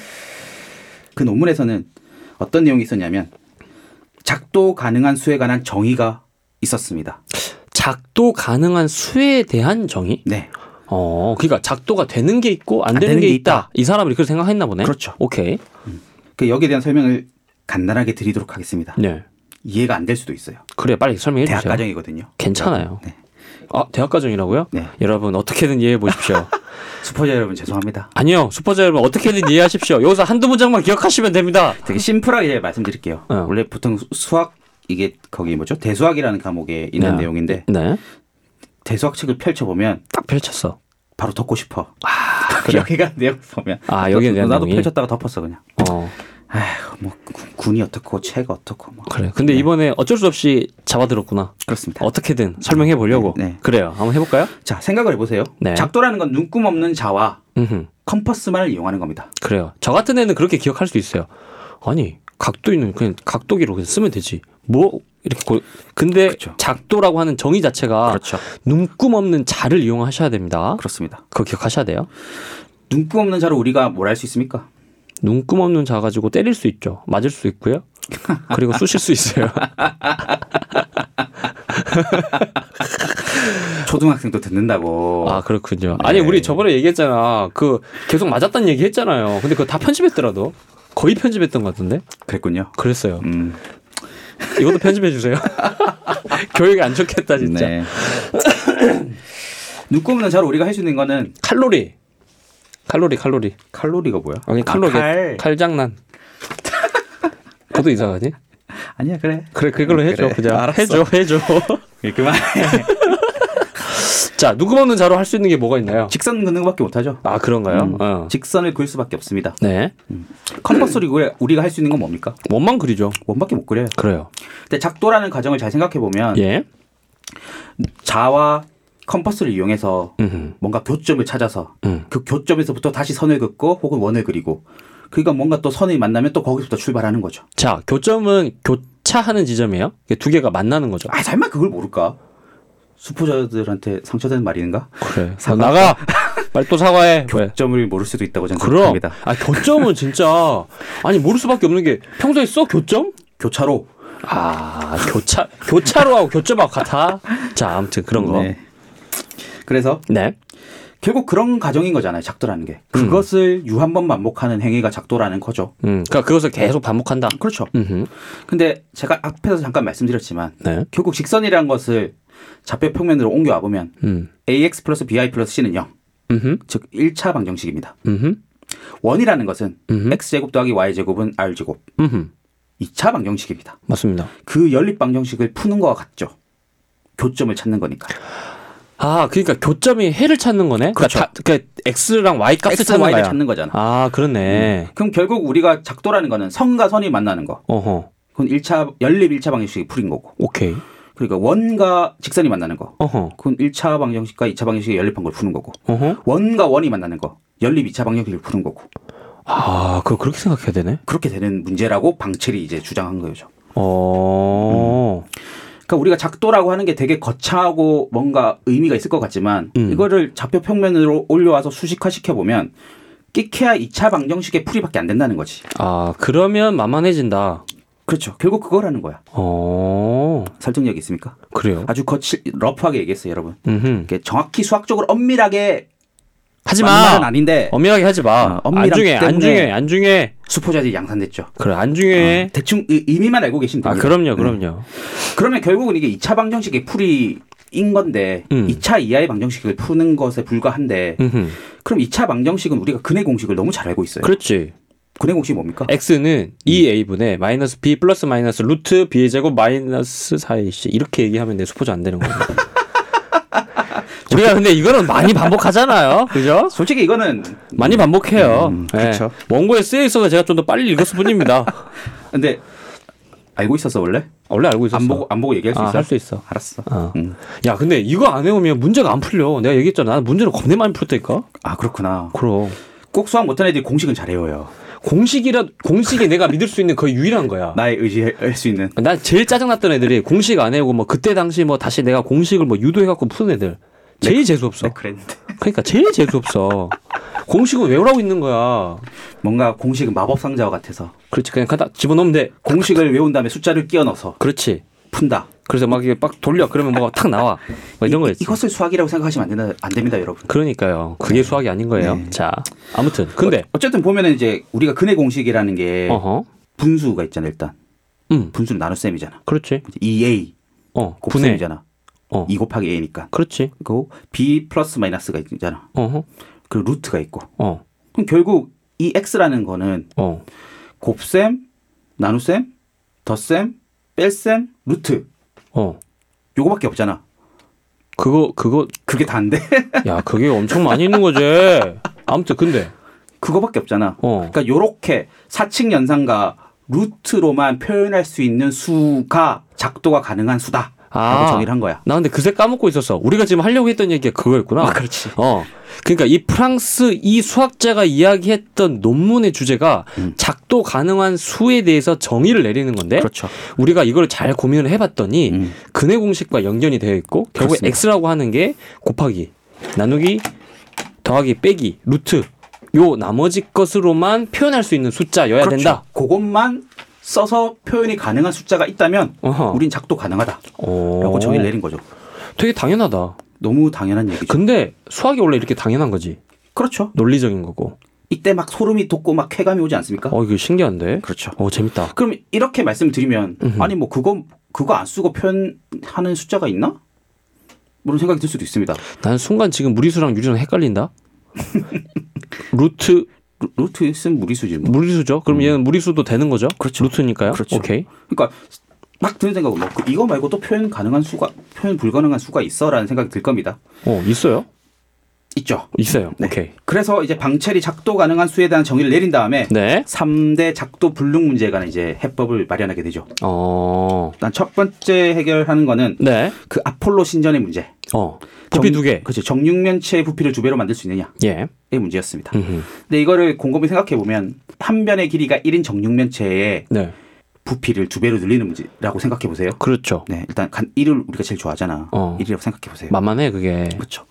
S4: 그 논문에서는 어떤 내용이 있었냐면 작도 가능한 수에 관한 정의가 있었습니다.
S2: 작도 가능한 수에 대한 정의?
S4: 네,
S2: 어, 그러니까 작도가 되는 게 있고 안,
S4: 안
S2: 되는,
S4: 되는
S2: 게
S4: 게
S2: 있다. 이 사람이 그렇게 생각했나 보네.
S4: 그렇죠.
S2: 오케이.
S4: 그 여기에 대한 설명을 간단하게 드리도록 하겠습니다.
S2: 네.
S4: 이해가 안 될 수도 있어요.
S2: 그래, 빨리 설명해
S4: 대학
S2: 예, 주세요.
S4: 과정이거든요.
S2: 괜찮아요.
S4: 네.
S2: 아, 대학 과정이라고요?
S4: 네.
S2: 여러분, 어떻게든 이해해 보십시오.
S4: 수포자 여러분 죄송합니다.
S2: 아니요, 수포자 여러분, 어떻게든 이해하십시오. 여기서 한두 문장만 기억하시면 됩니다.
S4: 되게 심플하게 말씀드릴게요.
S2: 음. 어.
S4: 원래 보통 수- 수학 이게 거기 뭐죠? 대수학이라는 과목에 있는
S2: 네.
S4: 내용인데
S2: 네.
S4: 대수학 책을 펼쳐 보면
S2: 딱 펼쳤어.
S4: 바로 덮고 싶어. 여기가 내용 보면
S2: 아, 여기에 대한
S4: 나도
S2: 내용이?
S4: 펼쳤다가 덮었어 그냥.
S2: 어,
S4: 아휴, 뭐 군- 군이 어떻고 책 어떻고 뭐
S2: 그래. 네. 근데 이번에 어쩔 수 없이 잡아들었구나.
S4: 그렇습니다.
S2: 어떻게든 설명해 보려고.
S4: 네.
S2: 그래요. 한번 해볼까요?
S4: 자 생각을 해보세요.
S2: 네.
S4: 작도라는 건 눈금 없는 자와
S2: 음흠.
S4: 컴퍼스만을 이용하는 겁니다.
S2: 그래요. 저 같은 애는 그렇게 기억할 수 있어요. 아니 각도 있는 그냥 각도기로 그냥 쓰면 되지. 뭐 이렇게 고... 근데
S4: 그쵸.
S2: 작도라고 하는 정의 자체가
S4: 그렇죠.
S2: 눈금 없는 자를 이용하셔야 됩니다.
S4: 그렇습니다.
S2: 그거 기억하셔야 돼요.
S4: 눈금 없는 자로 우리가 뭘 할 수 있습니까?
S2: 눈금 없는 자 가지고 때릴 수 있죠. 맞을 수 있고요. 그리고 쑤실 수 있어요.
S4: 초등학생도 듣는다고.
S2: 아 그렇군요. 아니
S4: 네.
S2: 우리 저번에 얘기했잖아. 그 계속 맞았다는 얘기 했잖아요. 근데 그거 다 편집했더라도 거의 편집했던 것 같은데.
S4: 그랬군요.
S2: 그랬어요.
S4: 음,
S2: 이것도 편집해 주세요. 교육이 안 좋겠다 진짜.
S4: 네. 눈금 없는 자로 우리가 할 수 있는 거는
S2: 칼로리. 칼로리 칼로리.
S4: 칼로리가 뭐야?
S2: 아니 칼로
S4: 칼.
S2: 칼 장난. 그것도 이상하지?
S4: 아니야 그래.
S2: 그래 그걸로 해줘
S4: 그래,
S2: 그냥
S4: 알았어.
S2: 해줘 해줘.
S4: 예, 그만해.
S2: 자 누구 없는 자로 할 수 있는 게 뭐가 있나요?
S4: 직선 긋는거밖에 못하죠.
S2: 아 그런가요?
S4: 음,
S2: 어.
S4: 직선을 그릴 수밖에 없습니다.
S2: 네.
S4: 컴퍼스를 우리- 우리가 할 수 있는 건 뭡니까?
S2: 원만 그리죠.
S4: 원밖에 못 그려요.
S2: 그래요.
S4: 근데 작도라는 과정을 잘 생각해 보면
S2: 예.
S4: 자와 컴퍼스를 이용해서
S2: 음.
S4: 뭔가 교점을 찾아서
S2: 음.
S4: 그 교점에서부터 다시 선을 긋고 혹은 원을 그리고 그러니까 뭔가 또 선이 만나면 또 거기서부터 출발하는 거죠.
S2: 자 교점은 교차하는 지점이에요. 이게 두 개가 만나는 거죠.
S4: 아 설마 그걸 모를까? 수포자들한테 상처되는 말인가?
S2: 그래. 너
S4: 사과.
S2: 아, 나가. 빨리 또 사과해. 왜?
S4: 점을 모를 수도 있다고 저는
S2: 그럼.
S4: 생각합니다.
S2: 아 교점은 진짜 아니 모를 수밖에 없는 게 평소에 써 교점?
S4: 교차로
S2: 아 교차 교차로하고 교점하고 같아. 자 아무튼 그런 거.
S4: 네. 그래서
S2: 네.
S4: 결국 그런 가정인 거잖아요. 작도라는 게. 그것을 유한 번 반복하는 행위가 작도라는 거죠.
S2: 음, 그러니까 그것을 계속 반복한다.
S4: 그렇죠.
S2: 음,
S4: 근데 제가 앞에서 잠깐 말씀드렸지만
S2: 네,
S4: 결국 직선이라는 것을 좌표 평면으로 옮겨와 보면
S2: 음,
S4: ax 플러스 bi 플러스 c는 0,
S2: 음,
S4: 즉 1차 방정식입니다.
S2: 음,
S4: 원이라는 것은
S2: 음.
S4: x제곱 더하기 y제곱은 r제곱,
S2: 음,
S4: 2차 방정식입니다.
S2: 맞습니다.
S4: 그 연립 방정식을 푸는 거와 같죠. 교점을 찾는 거니까.
S2: 아, 그러니까 교점이 해를 찾는 거네.
S4: 그렇죠.
S2: 그러니까, 다- 그러니까 x랑 y 값을
S4: x,
S2: 찾는
S4: y를
S2: 거야.
S4: 찾는 거잖아. 음.
S2: 아, 그렇네.
S4: 그럼 결국 우리가 작도라는 거는 선과 선이 만나는 거.
S2: 어허,
S4: 그건 1차 연립 1차 방정식이 풀인 거고.
S2: 오케이.
S4: 그러니까 원과 직선이 만나는 거.
S2: 어허,
S4: 그건 1차 방정식과 2차 방정식이 연립한 걸 푸는 거고.
S2: 어허.
S4: 원과 원이 만나는 거. 연립 2차 방정식을 푸는 거고.
S2: 아, 그거 그렇게 생각해야 되네.
S4: 그렇게 되는 문제라고 방철이 이제 주장한 거죠.
S2: 어,
S4: 그러니까 우리가 작도라고 하는 게 되게 거창하고 뭔가 의미가 있을 것 같지만
S2: 음.
S4: 이거를 좌표 평면으로 올려와서 수식화 시켜 보면 끼케야 2차 방정식의 풀이밖에 안 된다는 거지.
S2: 아, 그러면 만만해진다.
S4: 그렇죠. 결국 그거라는 거야.
S2: 어,
S4: 설득력 이 있습니까?
S2: 그래요.
S4: 아주 거칠 러프하게 얘기했어요, 여러분.
S2: 음,
S4: 이렇게 정확히 수학적으로 엄밀하게
S2: 하지
S4: 맞는 말은
S2: 마.
S4: 아닌데
S2: 엄밀하게 하지 마.
S4: 어, 엄밀하기
S2: 안 중요해, 안
S4: 때문에.
S2: 중요해, 안 중요해.
S4: 수포자들이 양산됐죠.
S2: 그래, 안 중요해.
S4: 어, 대충 의, 의미만 알고 계시면
S2: 예. 아,
S4: 됩니다.
S2: 그럼요, 그럼요.
S4: 그러면 결국은 이게 2차 방정식의 풀이인 건데
S2: 음.
S4: 2차 이하의 방정식을 푸는 것에 불과한데
S2: 음흠.
S4: 그럼 2차 방정식은 우리가 근의 공식을 너무 잘 알고 있어요.
S2: 그렇지.
S4: 근의 공식이 뭡니까?
S2: x는
S4: 음.
S2: 2a분의 마이너스 b 플러스 마이너스 루트 b의 제곱 마이너스 4ac 이렇게 얘기하면 내 수포자 안 되는 거예요. 우리가 근데 이거는 많이 반복하잖아요. 그죠?
S4: 솔직히 이거는
S2: 많이 반복해요.
S4: 음,
S2: 예.
S4: 그쵸.
S2: 원고에 쓰여 있어서 제가 좀 더 빨리 읽었을 뿐입니다.
S4: 근데 알고 있었어 원래?
S2: 원래 알고 있었어.
S4: 안 보고 안 보고 얘기할 수
S2: 아,
S4: 있어?
S2: 할수 있어.
S4: 알았어.
S2: 어.
S4: 음.
S2: 야, 근데 이거 안 해오면 문제가 안 풀려. 내가 얘기했잖아. 난 문제를 겁내 많이 풀었다니까?
S4: 아 그렇구나.
S2: 그럼.
S4: 꼭 수학 못하는 애들이 공식은 잘 외워요.
S2: 공식이라, 공식이 내가 믿을 수 있는 거의 유일한 거야.
S4: 나의 의지할 수 있는.
S2: 난 제일 짜증났던 애들이 공식 안 해오고 뭐 그때 당시 뭐 다시 내가 공식을 뭐 유도해갖고 푸는 애들 제일 재수 없어.
S4: 네, 그랬는데
S2: 그러니까 제일 재수 없어. 공식은 외우라고 있는 거야.
S4: 뭔가 공식은 마법 상자와 같아서
S2: 그렇지 그냥 갖다 집어넣으면 돼.
S4: 공식을 외운 다음에 숫자를 끼워 넣어서
S2: 그렇지.
S4: 푼다.
S2: 그래서 막 이게 막 돌려 그러면 뭐가 탁 나와. 뭐 이런 거였지.
S4: 이것을 수학이라고 생각하시면 안, 된다, 안 됩니다, 여러분.
S2: 그러니까요. 그게 수학이 아닌 거예요.
S4: 네.
S2: 자 아무튼 근데
S4: 어쨌든 보면은 이제 우리가 근의 공식이라는 게
S2: 어허
S4: 분수가 있잖아요, 일단.
S2: 음
S4: 분수는 나눗셈이잖아.
S2: 그렇지.
S4: 이제 2a
S2: 어 분해.
S4: 곱셈이잖아.
S2: 어
S4: 2 곱하기 a니까.
S2: 그렇지.
S4: 그리고 b 플러스 마이너스가 있잖아.
S2: 어허
S4: 그리고 루트가 있고.
S2: 어어
S4: 그럼 결국 이 x라는 거는
S2: 어.
S4: 곱셈, 나눗셈, 덧셈, 뺄셈, 루트.
S2: 어.
S4: 요거밖에 없잖아.
S2: 그거 그거
S4: 그게 다인데?
S2: 야 그게 엄청 많이 있는 거지. 아무튼 근데
S4: 그거밖에 없잖아.
S2: 어
S4: 그러니까 요렇게 사칙 연산과 루트로만 표현할 수 있는 수가 작도가 가능한 수다라고
S2: 아.
S4: 정의를 한 거야.
S2: 나 근데 그새 까먹고 있었어. 우리가 지금 하려고 했던 얘기가 그거였구나.
S4: 아, 그렇지.
S2: 어. 그러니까 이 프랑스 이 수학자가 이야기했던 논문의 주제가
S4: 음.
S2: 작도 가능한 수에 대해서 정의를 내리는 건데
S4: 그렇죠.
S2: 우리가 이걸 잘 고민을 해봤더니
S4: 음.
S2: 근해 공식과 연결이 되어 있고 결국에
S4: 그렇습니다.
S2: x라고 하는 게 곱하기, 나누기, 더하기, 빼기, 루트 요 나머지 것으로만 표현할 수 있는 숫자여야
S4: 그렇죠.
S2: 된다.
S4: 그것만 써서 표현이 가능한 숫자가 있다면
S2: 어허.
S4: 우린 작도 가능하다라고
S2: 어.
S4: 정의를 내린 거죠.
S2: 되게 당연하다.
S4: 너무 당연한 얘기죠.
S2: 근데 수학이 원래 이렇게 당연한 거지.
S4: 그, 렇죠
S2: 논리적인 거고.
S4: 이때 막 소름이 돋고 막 쾌감이 오지 않습니까?
S2: 어, 이거 신기한데?
S4: 그렇죠.
S2: 어, 재밌다.
S4: 그럼 이렇게 말씀드리면 아니 뭐 그거 그거 안 쓰고 표현하는 숫자가 있나? 그런 생각이 들 수도 있습니다.
S2: 난 순간 지금 무리수랑 유리랑 헷갈린다. 루트
S4: 루- 루트 쓴 무리수지 뭐.
S2: 무리수죠? 그럼 얘는 무리수도 되는 거죠? 그렇죠. 루트니까요.
S4: 그렇죠.
S2: 오케이.
S4: 그러니까 막 드는 생각은 뭐 그- 이거 말고 또 표현 가능한 수가 표현 불가능한 수가 있어라는 생각이 들 겁니다.
S2: 어, 있어요?
S4: 있죠.
S2: 있어요.
S4: 네.
S2: 오케이.
S4: 그래서 이제 방철이 작도 가능한 수에 대한 정의를 내린 다음에
S2: 네.
S4: 삼 3대 작도 불능 문제에 관한 이제 해법을 마련하게 되죠.
S2: 어.
S4: 일단 첫 번째 해결하는 거는
S2: 네.
S4: 그 아폴로 신전의 문제. 그렇죠.
S2: 어. 부피
S4: 정-
S2: 두 개.
S4: 그렇지. 정육면체의 부피를 두 배로 만들 수 있느냐의
S2: 예.
S4: 문제였습니다.
S2: 음흠.
S4: 근데 이거를 곰곰이 생각해 보면 한 변의 길이가 1인 정육면체의
S2: 네.
S4: 부피를 두 배로 늘리는 문제라고 생각해 보세요.
S2: 그렇죠.
S4: 네, 일단 간 1을 우리가 제일 좋아하잖아.
S2: 어.
S4: 1이라고 생각해 보세요.
S2: 만만해 그게.
S4: 그렇죠.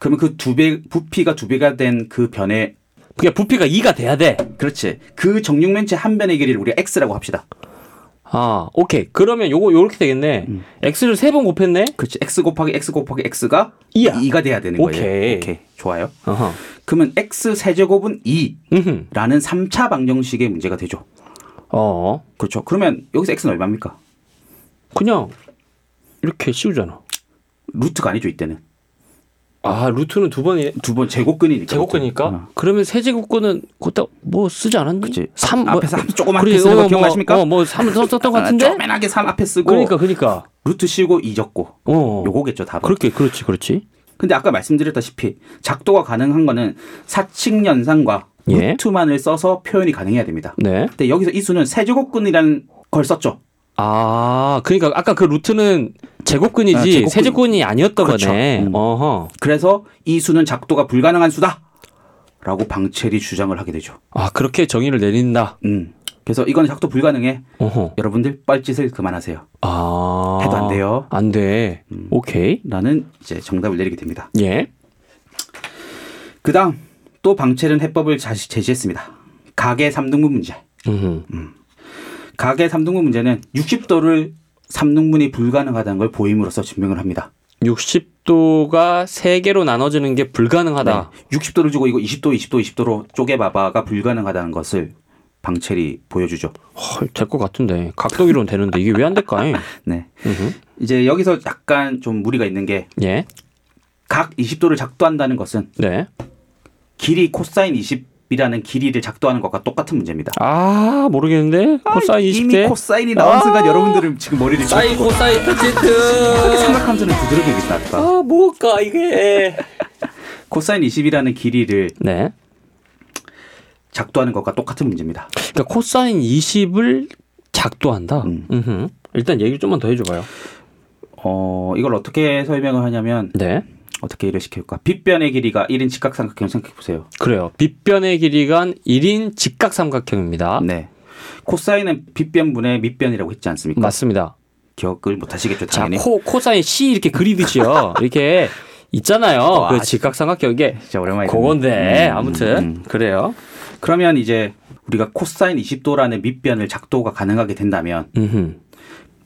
S4: 그러면 그 두 배 부피가 두 배가 된 그 변의
S2: 그게 부피가 2가 돼야 돼.
S4: 그렇지. 그 정육면체 한 변의 길이를 우리가 x라고 합시다.
S2: 아, 오케이. 그러면 요거 요렇게 되겠네. x를 세 번 곱했네.
S4: 그렇지. x 곱하기 x 곱하기 x가
S2: 이야.
S4: 2가 돼야 되는
S2: 오케이.
S4: 거예요. 오케이. 좋아요.
S2: 어허.
S4: 그러면 x 세제곱은
S2: 음흠.
S4: 2라는 3차 방정식의 문제가 되죠.
S2: 어.
S4: 그렇죠. 그러면 여기서 x는 얼마입니까?
S2: 그냥 이렇게 씌우잖아.
S4: 루트가 아니죠, 이때는.
S2: 아, 루트는 두 번이
S4: 두 번 제곱근이니까.
S2: 제곱근이니까.
S4: 어.
S2: 그러면 세제곱근은 그것다 뭐 쓰지 않았니?
S4: 그치.
S2: 삼,
S4: 앞- 앞에서 앞- 조금
S2: 음, 뭐 그래,
S4: 앞에 쓰는
S2: 어,
S4: 거
S2: 뭐,
S4: 기억나십니까?
S2: 어, 뭐 3을 썼던 것
S4: 아,
S2: 같은데.
S4: 쪼맨하게 3 앞에 쓰고
S2: 그러니까 그러니까.
S4: 루트 씌우고 2 적고
S2: 어.
S4: 요거겠죠, 답은.
S2: 그렇게 그렇지 그렇지.
S4: 근데 아까 말씀드렸다시피 작도가 가능한 거는 사칙 연산과
S2: 예.
S4: 루트만을 써서 표현이 가능해야 됩니다.
S2: 네.
S4: 근데 여기서 이 수는 세제곱근이라는 걸 썼죠.
S2: 아, 그러니까 아까 그 루트는 제곱근이지
S4: 아, 제곱근.
S2: 세제곱근이 아니었던
S4: 그렇죠.
S2: 거네.
S4: 음.
S2: 어허.
S4: 그래서 이 수는 작도가 불가능한 수다. 라고 방철이 주장을 하게 되죠.
S2: 아, 그렇게 정의를 내린다.
S4: 음. 그래서 이건 작도 불가능해.
S2: 어허.
S4: 여러분들 뻘짓을 그만하세요.
S2: 아.
S4: 해도 안 돼요. 음.
S2: 안 돼. 오케이.
S4: 라는 이제 정답을 내리게 됩니다.
S2: 예.
S4: 그다음 또 방철은 해법을 다시 제시했습니다. 가계 3등분 문제.
S2: 음.
S4: 가계 3등분 문제는 60도를 3등분이 불가능하다는 걸 보임으로써 증명을 합니다.
S2: 60도가 세개로 나눠지는 게 불가능하다.
S4: 네. 60도를 주고 이거 20도, 20도, 20도로 쪼개봐봐가 불가능하다는 것을 방철이 보여주죠.
S2: 될 것 같은데. 각도기로는 되는데 이게 왜 안 될까? 예.
S4: 네. 이제 여기서 약간 좀 무리가 있는 게
S2: 예.
S4: 각 20도를 작도한다는 것은
S2: 네.
S4: 길이 코사인 20이라는 길이를 작도하는 것과 똑같은 문제입니다.
S2: 아, 모르겠는데. 코사인
S4: 이미
S2: 20대. 아.
S4: 코사인이 나온 순간 여러분들은 지금 머리를
S2: 사인 코사인
S4: 삼
S2: 퍼센트.
S4: 각함수는 두드러기 있다.
S2: 아, 뭘까 이게.
S4: 코사인 20이라는 길이를
S2: 네.
S4: 작도하는 것과 똑같은 문제입니다.
S2: 그러니까 코사인 20을 작도한다.
S4: 음.
S2: 음흠. 일단 얘기 좀만 더 해줘봐요.
S4: 어, 이걸 어떻게 설명을 하냐면
S2: 네,
S4: 어떻게 일을 시킬까? 빗변의 길이가 1인 직각삼각형 생각해 보세요.
S2: 그래요. 빗변의 길이가 1인 직각삼각형입니다.
S4: 네. 코사인은 빗변분의 밑변이라고 했지 않습니까?
S2: 맞습니다.
S4: 기억을 못 하시겠죠,
S2: 자,
S4: 당연히.
S2: 코 코사인 C 이렇게 그리듯이요. 이렇게 있잖아요.
S4: 와,
S2: 그 직각삼각형 이게
S4: 진짜 오랜만에
S2: 그건데
S4: 듣네. 어, 음,
S2: 아무튼
S4: 음, 음.
S2: 그래요.
S4: 그러면 이제 우리가 코사인 20도라는 밑변을 작도가 가능하게 된다면
S2: 음흠.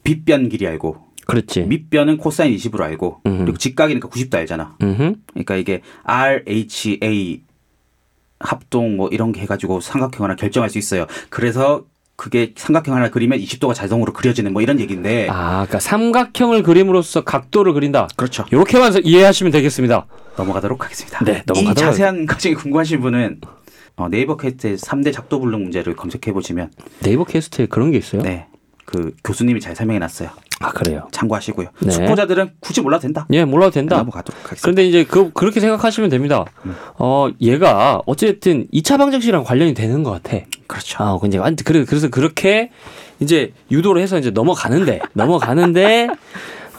S4: 빗변 길이 알고
S2: 그렇지.
S4: 밑변은 코사인 20으로 알고
S2: 네. 음.
S4: 그리고 직각이니까 90도 알잖아.
S2: 음흠.
S4: 그러니까 이게 R, H, A 합동 뭐 이런 게 해가지고 삼각형 하나 결정할 수 있어요. 그래서 그게 삼각형 하나 그리면 20도가 자동으로 그려지는 뭐 이런 얘기인데
S2: 아, 그러니까 삼각형을 그림으로써 각도를 그린다.
S4: 그렇죠.
S2: 이렇게만 해서 이해하시면 되겠습니다.
S4: 넘어가도록 하겠습니다.
S2: 네, 넘어가도록
S4: 이 자세한 과정이 궁금하신 분은 어, 네이버 퀘스트의 3대 작도 불능 문제를 검색해 보시면
S2: 네이버 캐스트에 그런 게 있어요?
S4: 네. 그 교수님이 잘 설명해 놨어요.
S2: 아, 그래요.
S4: 참고하시고요.
S2: 네.
S4: 숙고자들은 굳이 몰라도 된다.
S2: 예, 몰라도 된다.
S4: 넘어가도록 하겠습니다.
S2: 그런데 이제 그 그렇게 생각하시면 됩니다. 어 얘가 어쨌든 2차 방정식이랑 관련이 되는 것 같아.
S4: 그렇죠.
S2: 아, 근데 완- 그래 그래서 그렇게 이제 유도를 해서 이제 넘어가는데 넘어가는데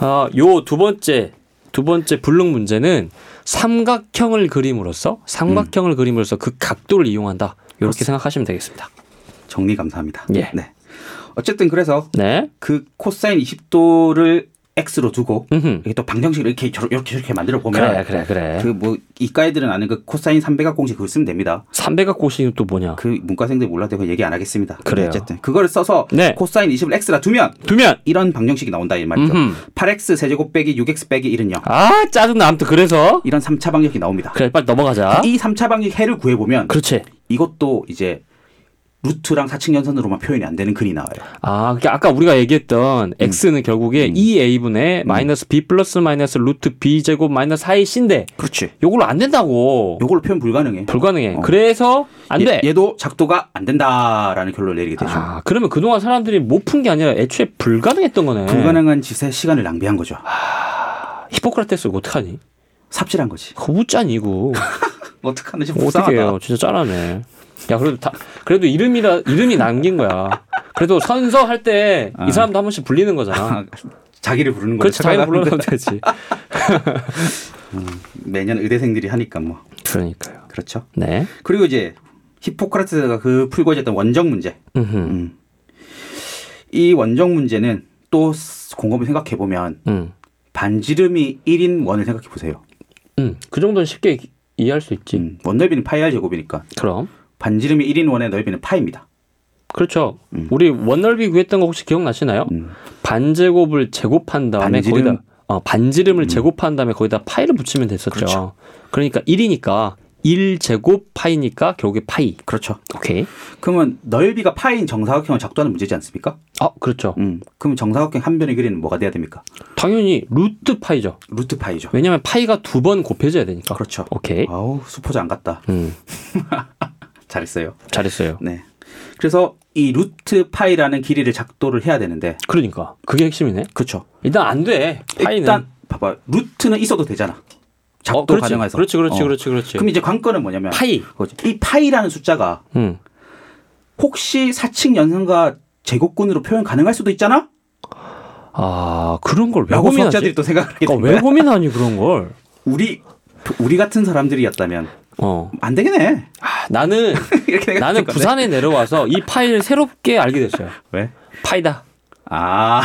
S2: 어요 두 번째 두 번째 불능 문제는 삼각형을 그림으로써 삼각형을 그림으로써 그 각도를 이용한다. 이렇게 생각하시면 되겠습니다.
S4: 정리 감사합니다.
S2: 예.
S4: 네. 어쨌든 그래서
S2: 네.
S4: 그 코사인 20도를 x로 두고
S2: 음흠.
S4: 이게 또 방정식을 이렇게 저렇게 이렇게, 저렇게 만들어
S2: 그래
S4: 보면
S2: 그래 그래.
S4: 그 뭐 이과애들은 아는 그 코사인 300각 공식 그걸 쓰면 됩니다.
S2: 300각 고시는 또 뭐냐?
S4: 그 문과생들 몰라도 그건 얘기 안 하겠습니다.
S2: 그래요.
S4: 어쨌든 그거를 써서
S2: 네.
S4: 코사인 20을 x라 두면
S2: 두면
S4: 이런 방정식이 나온다 이 말이죠.
S2: 음흠.
S4: 8x 세제곱 빼기 6x 빼기 1은 0.
S2: 아 짜증나 아무튼 그래서
S4: 이런 3차 방정식이 나옵니다.
S2: 그래 빨리 넘어가자.
S4: 이 3차 방정식 해를 구해 보면
S2: 그렇지.
S4: 이것도 이제 루트랑 사칙 연산으로만 표현이 안 되는 근이 나와요.
S2: 아, 그러니까 아까 우리가 얘기했던
S4: 음.
S2: x는 결국에 E, 2a분의 마이너스 b 플러스 마이너스 루트 b 제곱 마이너스 4ac인데
S4: 그렇지.
S2: 요걸로 안 된다고.
S4: 요걸로 표현 불가능해.
S2: 불가능해.
S4: 어. 예.
S2: 그래서 안 돼.
S4: 얘, 도 작도가 안 된다라는 결론을 내리게 되죠.
S2: 아, 그러면 그동안 사람들이 못 푼 게 아니라 애초에 불가능했던 거네.
S4: 불가능한 짓에 시간을 낭비한 거죠.
S2: 히포크라테스 이거 어떡하니?
S4: 삽질한 거지.
S2: 그거 웃잔 이고.
S4: 아, 어떡하는지 불쌍하다.
S2: 어떡해요. 진짜 짠하네. 야, 그래도 다, 그래도 이름이라, 이름이 남긴 거야. 그래도 선서 할 때 이
S4: 아.
S2: 사람도 한 번씩 불리는 거잖아.
S4: 자기를 부르는 거죠.
S2: 그렇지, 당연히 불러가면 되지.
S4: 매년 의대생들이 하니까 뭐
S2: 그러니까요.
S4: 그렇죠.
S2: 네.
S4: 그리고 이제 히포크라테스가 그 풀고 있었던 원정 문제.
S2: 음흠.
S4: 음. 이 원정 문제는 또 곰곰이 생각해 보면
S2: 음.
S4: 반지름이 1인 원을 생각해 보세요.
S2: 음, 그 정도는 쉽게 이- 이해할 수 있지.
S4: 음, 원 넓이는 파이 r 제곱이니까
S2: 그럼.
S4: 반지름이 1인 원의 넓이는 파입니다.
S2: 그렇죠. 우리 원넓이 구했던 거 혹시 기억나시나요?
S4: 음.
S2: 반제곱을 제곱한 다음에
S4: 반지름?
S2: 거기다 어, 반지름을 제곱한 다음에 거기다 파이를 붙이면 됐었죠. 그러니까 1이니까 1제곱 파이니까 결국에 파이.
S4: 그렇죠.
S2: 오케이.
S4: 그러면 넓이가 파인 정사각형을 작도하는 문제지 않습니까?
S2: 아, 그렇죠.
S4: 음. 그럼 정사각형 한 변의 길이는 뭐가 돼야 됩니까?
S2: 당연히 루트 파이죠.
S4: 루트 파이죠.
S2: 왜냐면 파이가 두 번 곱해져야 되니까.
S4: 그렇죠.
S2: 오케이.
S4: 아우 수포자 안 갔다.
S2: 음,
S4: 잘했어요.
S2: 잘했어요.
S4: 네. 그래서 이 루트 파이라는 길이를 작도를 해야 되는데
S2: 그러니까 그게 핵심이네.
S4: 그렇죠.
S2: 일단 안 돼. 파이는
S4: 일단 봐봐 루트는 있어도 되잖아. 작도
S2: 어, 그렇지.
S4: 가능해서.
S2: 그렇지, 그렇지,
S4: 어.
S2: 그렇지, 그렇지.
S4: 그럼 이제 관건은 뭐냐면
S2: 파이.
S4: 그거지. 이 파이라는 숫자가
S2: 음.
S4: 혹시 사칙 연산과 제곱근으로 표현 가능할 수도 있잖아?
S2: 아 그런 걸 왜
S4: 라고
S2: 고민하지?
S4: 수학자들이 또 생각하게 된
S2: 그러니까
S4: 거야.
S2: 왜 고민하니 그런 걸?
S4: 우리 우리 같은 사람들이었다면
S2: 어.
S4: 안 되겠네.
S2: 아, 나는
S4: 이렇게 생각
S2: 나는 부산에 내려와서 이 파이를 새롭게 알게 됐어요.
S4: 왜?
S2: 파이다.
S4: 아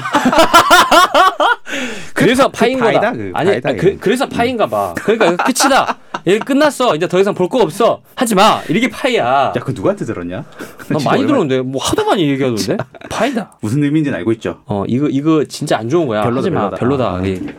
S2: 그래서 파인
S4: 파이다,
S2: 거다.
S4: 그
S2: 아니,
S4: 파이다,
S2: 아니, 그,
S4: 이거.
S2: 그래서 파인가 봐. 그러니까 끝이다. 얘 끝났어. 이제 더 이상 볼 거 없어. 하지 마. 이게 파이야.
S4: 야, 그거 누구한테 들었냐?
S2: 나
S4: 진짜
S2: 많이
S4: 얼마-
S2: 들었는데 뭐 하도 많이 얘기하던데. 파이다.
S4: 무슨 의미인지는 알고 있죠.
S2: 어 이거 이거 진짜 안 좋은 거야.
S4: 별로다,
S2: 하지 마. 별로다. 아.
S4: 별로다.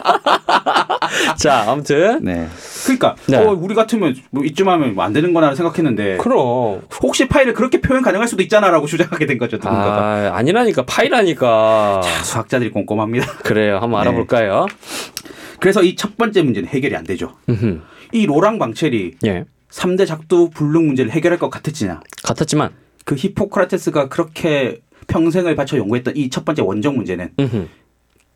S2: 예. 자 아무튼
S4: 네. 그러니까
S2: 네.
S4: 어, 우리 같으면 뭐 이쯤 하면 뭐안 되는 거나 생각했는데
S2: 그럼
S4: 혹시 파이를 그렇게 표현 가능할 수도 있잖아라고 주장하게 된 거죠 누군가가.
S2: 아 아니라니까 파이라니까.
S4: 그러니까 수학자들이 꼼꼼합니다.
S2: 그래요. 한번
S4: 네.
S2: 알아볼까요?
S4: 그래서 이 첫 번째 문제는 해결이 안 되죠.
S2: 음흠.
S4: 이 로랑 방첼이
S2: 예.
S4: 3대 작두 불능 문제를 해결할 것 같았지냐.
S2: 같았지만.
S4: 그 히포크라테스가 그렇게 평생을 바쳐 연구했던 이 첫 번째 원적 문제는
S2: 음흠.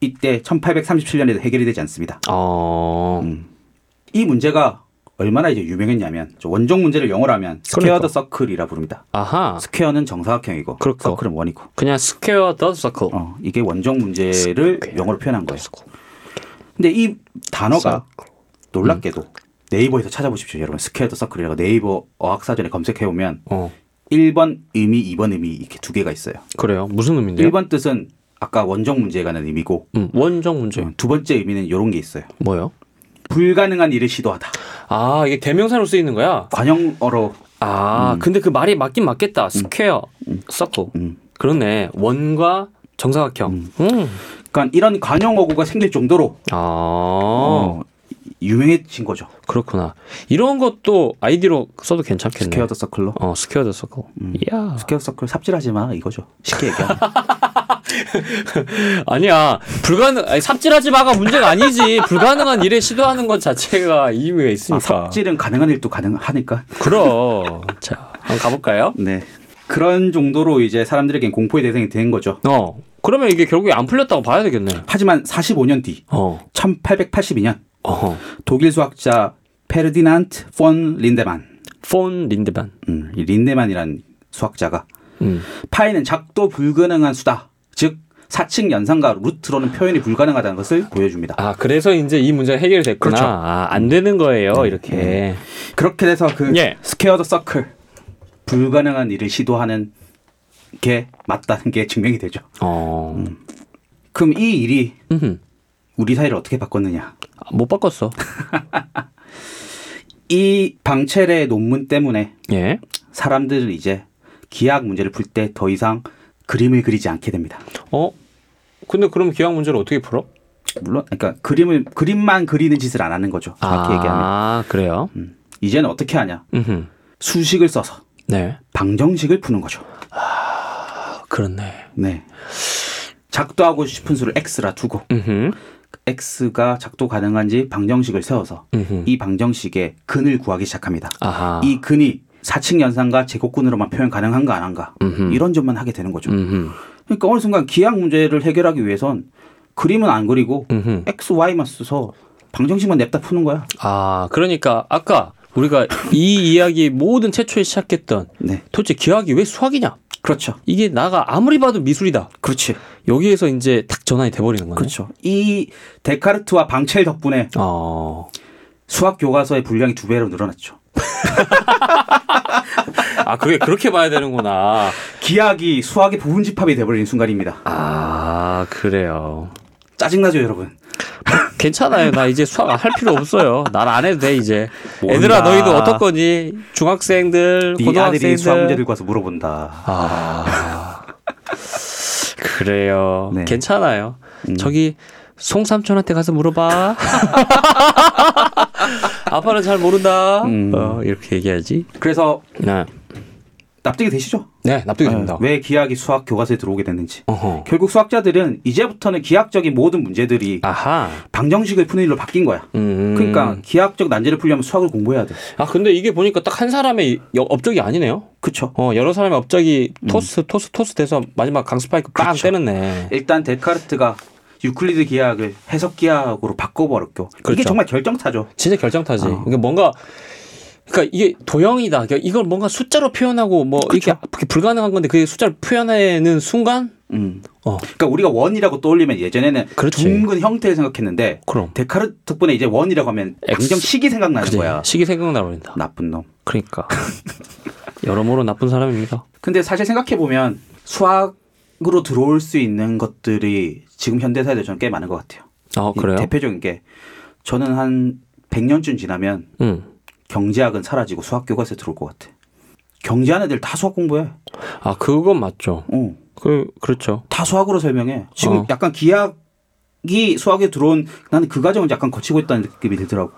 S4: 이때 1837년에도 해결이 되지 않습니다. 음.
S2: 어.
S4: 이 문제가 얼마나 이제 유명했냐면 저 원적 문제를 영어로 하면 스퀘어 더 서클이라 부릅니다.
S2: 그러니까. 아하. 그렇죠.
S4: 스퀘어는 정사각형이고
S2: 그렇고.
S4: 서클은 원이고
S2: 그냥 스퀘어 더 서클.
S4: 어, 이게 원적 문제를
S2: 스퀘어.
S4: 영어로 표현한 거예요. 근데 이 단어가 놀랍게도
S2: 음.
S4: 네이버에서 찾아보십시오, 여러분. 스퀘어 더 서클이라고 네이버 어학사전에 검색해 보면
S2: 어.
S4: 1번 의미, 2번 의미 이렇게 두 개가 있어요.
S2: 그래요. 무슨 의미인데요?
S4: 1번 뜻은 아까 원적 문제에 관한 의미고
S2: 음, 원정 문제.
S4: 두 번째 의미는 이런 게 있어요.
S2: 뭐요?
S4: 불가능한 일을 시도하다.
S2: 아, 이게 대명사로 쓰이는 거야?
S4: 관용어로
S2: 아,
S4: 음.
S2: 근데 그 말이 맞긴 맞겠다. 스퀘어, 서클.
S4: 음.
S2: 그렇네. 원과 정사각형. 음.
S4: 그러니까 이런 관용어구가 생길 정도로
S2: 아,
S4: 어, 유명해진 거죠.
S2: 그렇구나. 이런 것도 아이디로 써도 괜찮겠네.
S4: 스퀘어 더 서클로.
S2: 어, 스퀘어 더 서클.
S4: 음.
S2: 이야.
S4: 스퀘어 서클 삽질하지 마 이거죠. 쉽게 얘기하면.
S2: 아니야. 불가능, 아니, 삽질하지 마가 문제가 아니지. 불가능한 일에 시도하는 것 자체가 이유가 있으니까.
S4: 아, 삽질은 가능한 일도 가능하니까.
S2: 그럼. 자, 한번 가볼까요?
S4: 네. 그런 정도로 이제 사람들에겐 공포의 대상이 된 거죠.
S2: 어. 그러면 이게 결국에 안 풀렸다고 봐야 되겠네.
S4: 하지만 45년 뒤,
S2: 어.
S4: 1882년
S2: 어허.
S4: 독일 수학자 페르디난트 폰 린데만,
S2: 폰 린드반.
S4: 음, 이 린데만이라는 수학자가
S2: 음.
S4: 파이는 작도 불가능한 수다, 즉 사칙 연산과 루트로는 표현이 불가능하다는 것을 보여줍니다.
S2: 아, 그래서 이제 이 문제가 해결됐구나.
S4: 그렇죠. 네.
S2: 아, 안 되는 거예요, 이렇게.
S4: 그렇게 돼서 그
S2: 예.
S4: 스퀘어 더 서클 불가능한 일을 시도하는 게 맞다는 게 증명이 되죠.
S2: 어.
S4: 그럼 이 일이
S2: 음흠.
S4: 우리 사회를 어떻게 바꿨느냐?
S2: 아, 못 바꿨어.
S4: 이 방첼의 논문 때문에
S2: 예.
S4: 사람들은 이제 기하학 문제를 풀 때 더 이상 그림을 그리지 않게 됩니다.
S2: 어? 근데 그럼 기왕 문제를 어떻게 풀어?
S4: 물론 그러니까 그림을 그림만 그리는 짓을 안 하는 거죠. 정확히 얘기하면 음.
S2: 아, 그래요?
S4: 이제는 어떻게 하냐?
S2: 음흠.
S4: 수식을 써서
S2: 네.
S4: 방정식을 푸는 거죠.
S2: 아, 그렇네.
S4: 네. 작도하고 싶은 수를 x라 두고
S2: 음흠.
S4: x가 작도 가능한지 방정식을 세워서
S2: 음흠.
S4: 이 방정식의 근을 구하기 시작합니다.
S2: 아하.
S4: 이 근이 사칙 연산과 제곱근으로만 표현 가능한가 안 한가 이런 점만 하게 되는 거죠.
S2: 음흠.
S4: 그러니까 어느 순간 기하학 문제를 해결하기 위해선 그림은 안 그리고
S2: 음흠.
S4: x, y만 써서 방정식만 냅다 푸는 거야.
S2: 아, 그러니까 아까 우리가 이 이야기 모든 최초에 시작했던
S4: 네,
S2: 도대체 기하학이 왜 수학이냐?
S4: 그렇죠.
S2: 이게 나가 아무리 봐도 미술이다.
S4: 그렇지.
S2: 여기에서 이제 탁 전환이 돼버리는 거네.
S4: 그렇죠. 이 데카르트와 방첼 덕분에
S2: 어.
S4: 수학 교과서의 분량이 두 배로 늘어났죠.
S2: 아, 그게 그렇게 봐야 되는구나.
S4: 기하학이 수학의 부분 집합이 돼버리는 순간입니다.
S2: 아, 그래요.
S4: 짜증나죠, 여러분.
S2: 괜찮아요. 나 이제 수학 안 할 필요 없어요. 난 안 해도 돼 이제.
S4: 모른다.
S2: 얘들아 너희도 어떨 거니? 중학생들,
S4: 네 아들이 수학
S2: 고등학생들.
S4: 문제 들고 와서 물어본다.
S2: 아 그래요.
S4: 네.
S2: 괜찮아요. 저기 송삼촌한테 가서 물어봐. 아빠는 잘 모른다.
S4: 음.
S2: 어, 이렇게 얘기하지.
S4: 그래서
S2: 네,
S4: 납득이 되시죠?
S2: 네 납득이
S4: 네, 왜 기하학이 수학 교과서에 들어오게 됐는지.
S2: 어허.
S4: 결국 수학자들은 이제부터는 기하학적인 모든 문제들이
S2: 아하.
S4: 방정식을 푸는 일로 바뀐 거야.
S2: 음.
S4: 그러니까 기하학적 난제를 풀려면 수학을 공부해야 돼.
S2: 아 근데 이게 보니까 딱 한 사람의 여- 업적이 아니네요.
S4: 그쵸?
S2: 어 여러 사람의 업적이 토스 토스 토스 돼서 마지막 강스파이크 빵
S4: 그쵸.
S2: 때렸네.
S4: 일단 데카르트가 유클리드 기하학을 해석 기하학으로 바꿔버렸고 이게
S2: 그렇죠.
S4: 정말 결정타죠.
S2: 진짜 결정타지.
S4: 어.
S2: 그러니까 뭔가 그러니까 이게 도형이다. 그러니까 이걸 뭔가 숫자로 표현하고 뭐 이렇게 그게 불가능한 건데 그게 숫자로 표현하는 순간
S4: 음.
S2: 어
S4: 그러니까 우리가 원이라고 떠올리면 예전에는
S2: 그렇지.
S4: 둥근 형태를 생각했는데
S2: 그럼
S4: 데카르트 덕분에 이제 원이라고 하면
S2: X.
S4: 방정식이 생각나는
S2: 그지.
S4: 거야.
S2: 시기 생각나 버린다.
S4: 나쁜 놈.
S2: 그러니까 여러모로 나쁜 사람입니다.
S4: 근데 사실 생각해보면 수학으로 들어올 수 있는 것들이 지금 현대사에 저는 꽤 많은 것 같아요.
S2: 아 그래요?
S4: 대표적인 게 저는 한 100년쯤 지나면
S2: 음.
S4: 경제학은 사라지고 수학 교과서에 들어올 것 같아. 경제하는 애들 다 수학 공부해.
S2: 아 그건 맞죠.
S4: 어.
S2: 그 그렇죠.
S4: 다 수학으로 설명해. 지금
S2: 어.
S4: 약간 기하학이 수학에 들어온 나는 그 과정을 약간 거치고 있다는 느낌이 들더라고.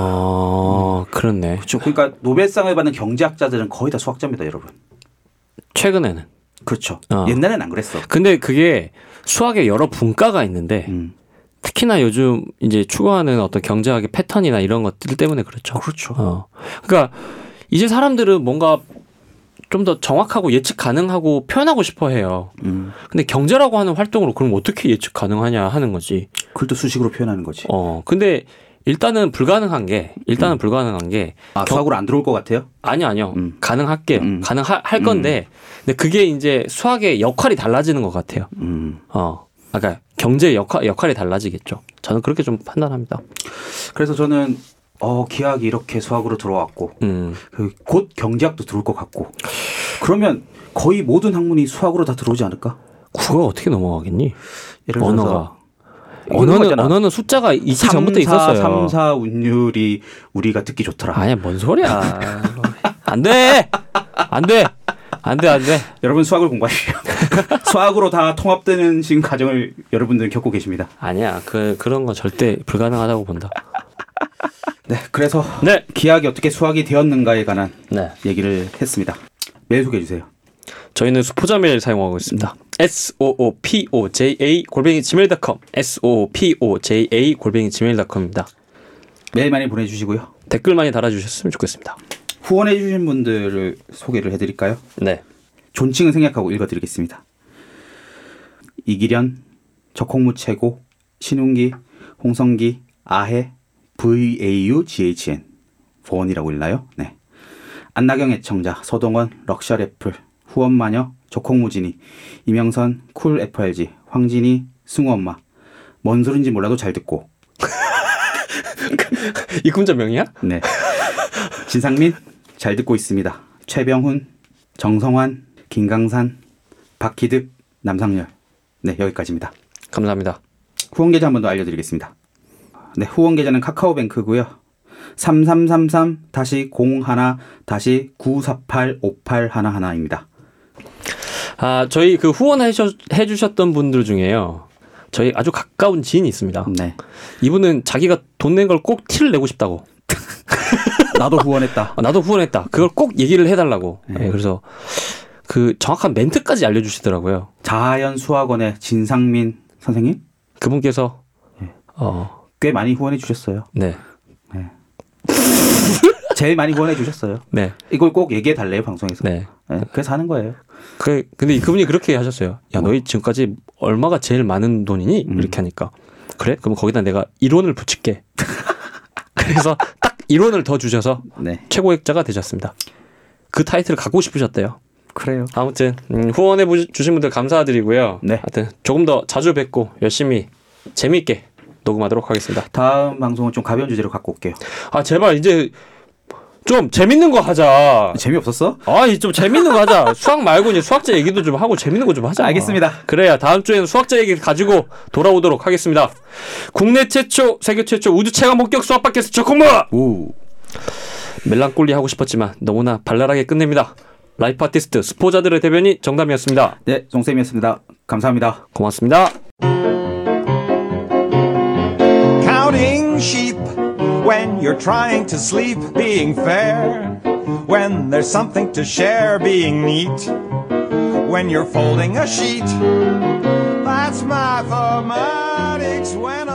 S2: 아 그렇네.
S4: 그렇죠. 그러니까 노벨상을 받는 경제학자들은 거의 다 수학자입니다, 여러분.
S2: 최근에는.
S4: 그렇죠.
S2: 어.
S4: 옛날엔 안 그랬어.
S2: 근데 그게 수학의 여러 분과가 있는데
S4: 음.
S2: 특히나 요즘 이제 추구하는 어떤 경제학의 패턴이나 이런 것들 때문에 그렇죠.
S4: 그렇죠.
S2: 어. 그러니까 이제 사람들은 뭔가 좀 더 정확하고 예측 가능하고 표현하고 싶어 해요.
S4: 음.
S2: 근데 경제라고 하는 활동으로 그럼 어떻게 예측 가능하냐 하는 거지.
S4: 그걸 또 수식으로 표현하는 거지.
S2: 어. 근데 일단은 불가능한 게 일단은 불가능한 게
S4: 아, 수학으로 안 들어올 것 같아요?
S2: 아니요, 아니요.
S4: 음.
S2: 가능할게요.
S4: 음.
S2: 가능할 건데 근데 그게 이제 수학의 역할이 달라지는 것 같아요.
S4: 음.
S2: 어. 그러니까 경제 역할 역할이 달라지겠죠. 저는 그렇게 좀 판단합니다.
S4: 그래서 저는 어, 기하학이 이렇게 수학으로 들어왔고
S2: 음.
S4: 그곧 경제학도 들어올 것 같고 그러면 거의 모든 학문이 수학으로 다 들어오지 않을까?
S2: 국어가 어떻게 넘어가겠니?
S4: 예를 들어서
S2: 언어가.
S4: 이런
S2: 언어는
S4: 거잖아.
S2: 언어는 숫자가 있기
S4: 3,
S2: 전부터 있었어요.
S4: 3, 4 운율이 우리가 듣기 좋더라.
S2: 아니야, 뭔 소리야. 안 돼. 안 돼. 안 돼, 안 돼.
S4: 여러분 수학을 공부하시죠. 수학으로 다 통합되는 지금 과정을 여러분들 겪고 계십니다.
S2: 아니야. 그 그런 거 절대 불가능하다고 본다.
S4: 네, 그래서
S2: 네.
S4: 기하학이 어떻게 수학이 되었는가에 관한
S2: 네.
S4: 얘기를 했습니다. 메일 소개해 주세요.
S2: 저희는 수포자 메일 사용하고 있습니다. s o o p o j a 골뱅이 gmail.com s o o p o j a 골뱅이 gmail.com입니다.
S4: 메일 많이 보내주시고요.
S2: 댓글 많이 달아주셨으면 좋겠습니다.
S4: 후원해 주신 분들을 소개를 해드릴까요?
S2: 네.
S4: 존칭은 생략하고 읽어드리겠습니다. 이기련, 적홍무 최고, 신웅기, 홍성기, 아해, VAUGHN, 보원이라고 읽나요? 네. 안나경 애청자, 서동원, 럭셔 애플, 후원마녀, 적홍무진이, 이명선, 쿨 FRG, 황진이, 승우엄마, 뭔 소린지 몰라도 잘 듣고,
S2: 이금자 명이야?
S4: 네. 진상민 잘 듣고 있습니다. 최병훈, 정성환, 김강산, 박희득, 남상열. 네, 여기까지입니다.
S2: 감사합니다.
S4: 후원 계좌 한 번 더 알려드리겠습니다. 네, 후원 계좌는 카카오뱅크고요. 3333 다시 01 다시 948 58 11입니다.
S2: 아, 저희 그 후원해 주셨던 분들 중에요. 저희 아주 가까운 지인이 있습니다.
S4: 네.
S2: 이분은 자기가 돈 낸 걸 꼭 티를 내고 싶다고.
S4: 나도 후원했다.
S2: 아, 나도 후원했다. 그걸 꼭 얘기를 해달라고. 예, 그래서 그 정확한 멘트까지 알려주시더라고요.
S4: 자연 수학원의 진상민 선생님
S2: 그분께서 어,
S4: 꽤 많이 후원해 주셨어요.
S2: 네,
S4: 제일 많이 후원해 주셨어요.
S2: 네,
S4: 이걸 꼭 얘기해 달래요, 방송에서. 네.
S2: 네.
S4: 그래서 하는 거예요.
S2: 그 근데 이 그분이 그렇게 하셨어요. 야, 너희 지금까지 얼마가 제일 많은 돈이니? 이렇게 하니까 그래? 그럼 거기다 내가 1원을 붙일게. 그래서 딱 1원을 더 주셔서
S4: 네.
S2: 최고액자가 되셨습니다. 그 타이틀을 갖고 싶으셨대요.
S4: 그래요.
S2: 아무튼 음, 후원해 부- 주신 분들 감사드리고요.
S4: 네.
S2: 하여튼 조금 더 자주 뵙고 열심히 재미있게 녹음하도록 하겠습니다.
S4: 다음 방송은 좀 가벼운 주제로 갖고 올게요.
S2: 아 제발 이제 좀 재밌는 거 하자.
S4: 재미없었어?
S2: 아니 좀 재밌는 거 하자. 수학 말고 이제 수학자 얘기도 좀 하고 재밌는 거 좀 하자.
S4: 알겠습니다.
S2: 그래야 다음 주에는 수학자 얘기 가지고 돌아오도록 하겠습니다. 국내 최초, 세계 최초 우주 체감 본격 수학 팟캐스트 적콩무
S4: 오.
S2: 멜랑꼴리 하고 싶었지만 너무나 발랄하게 끝냅니다. 라이프 아티스트 스포자들의 대변이 정담이었습니다.
S4: 네, 종쌤이었습니다. 감사합니다.
S2: 고맙습니다.
S1: counting sheep when you're trying to sleep, being fair, when there's something to share, being neat, when you're folding a sheet. That's my mathematics when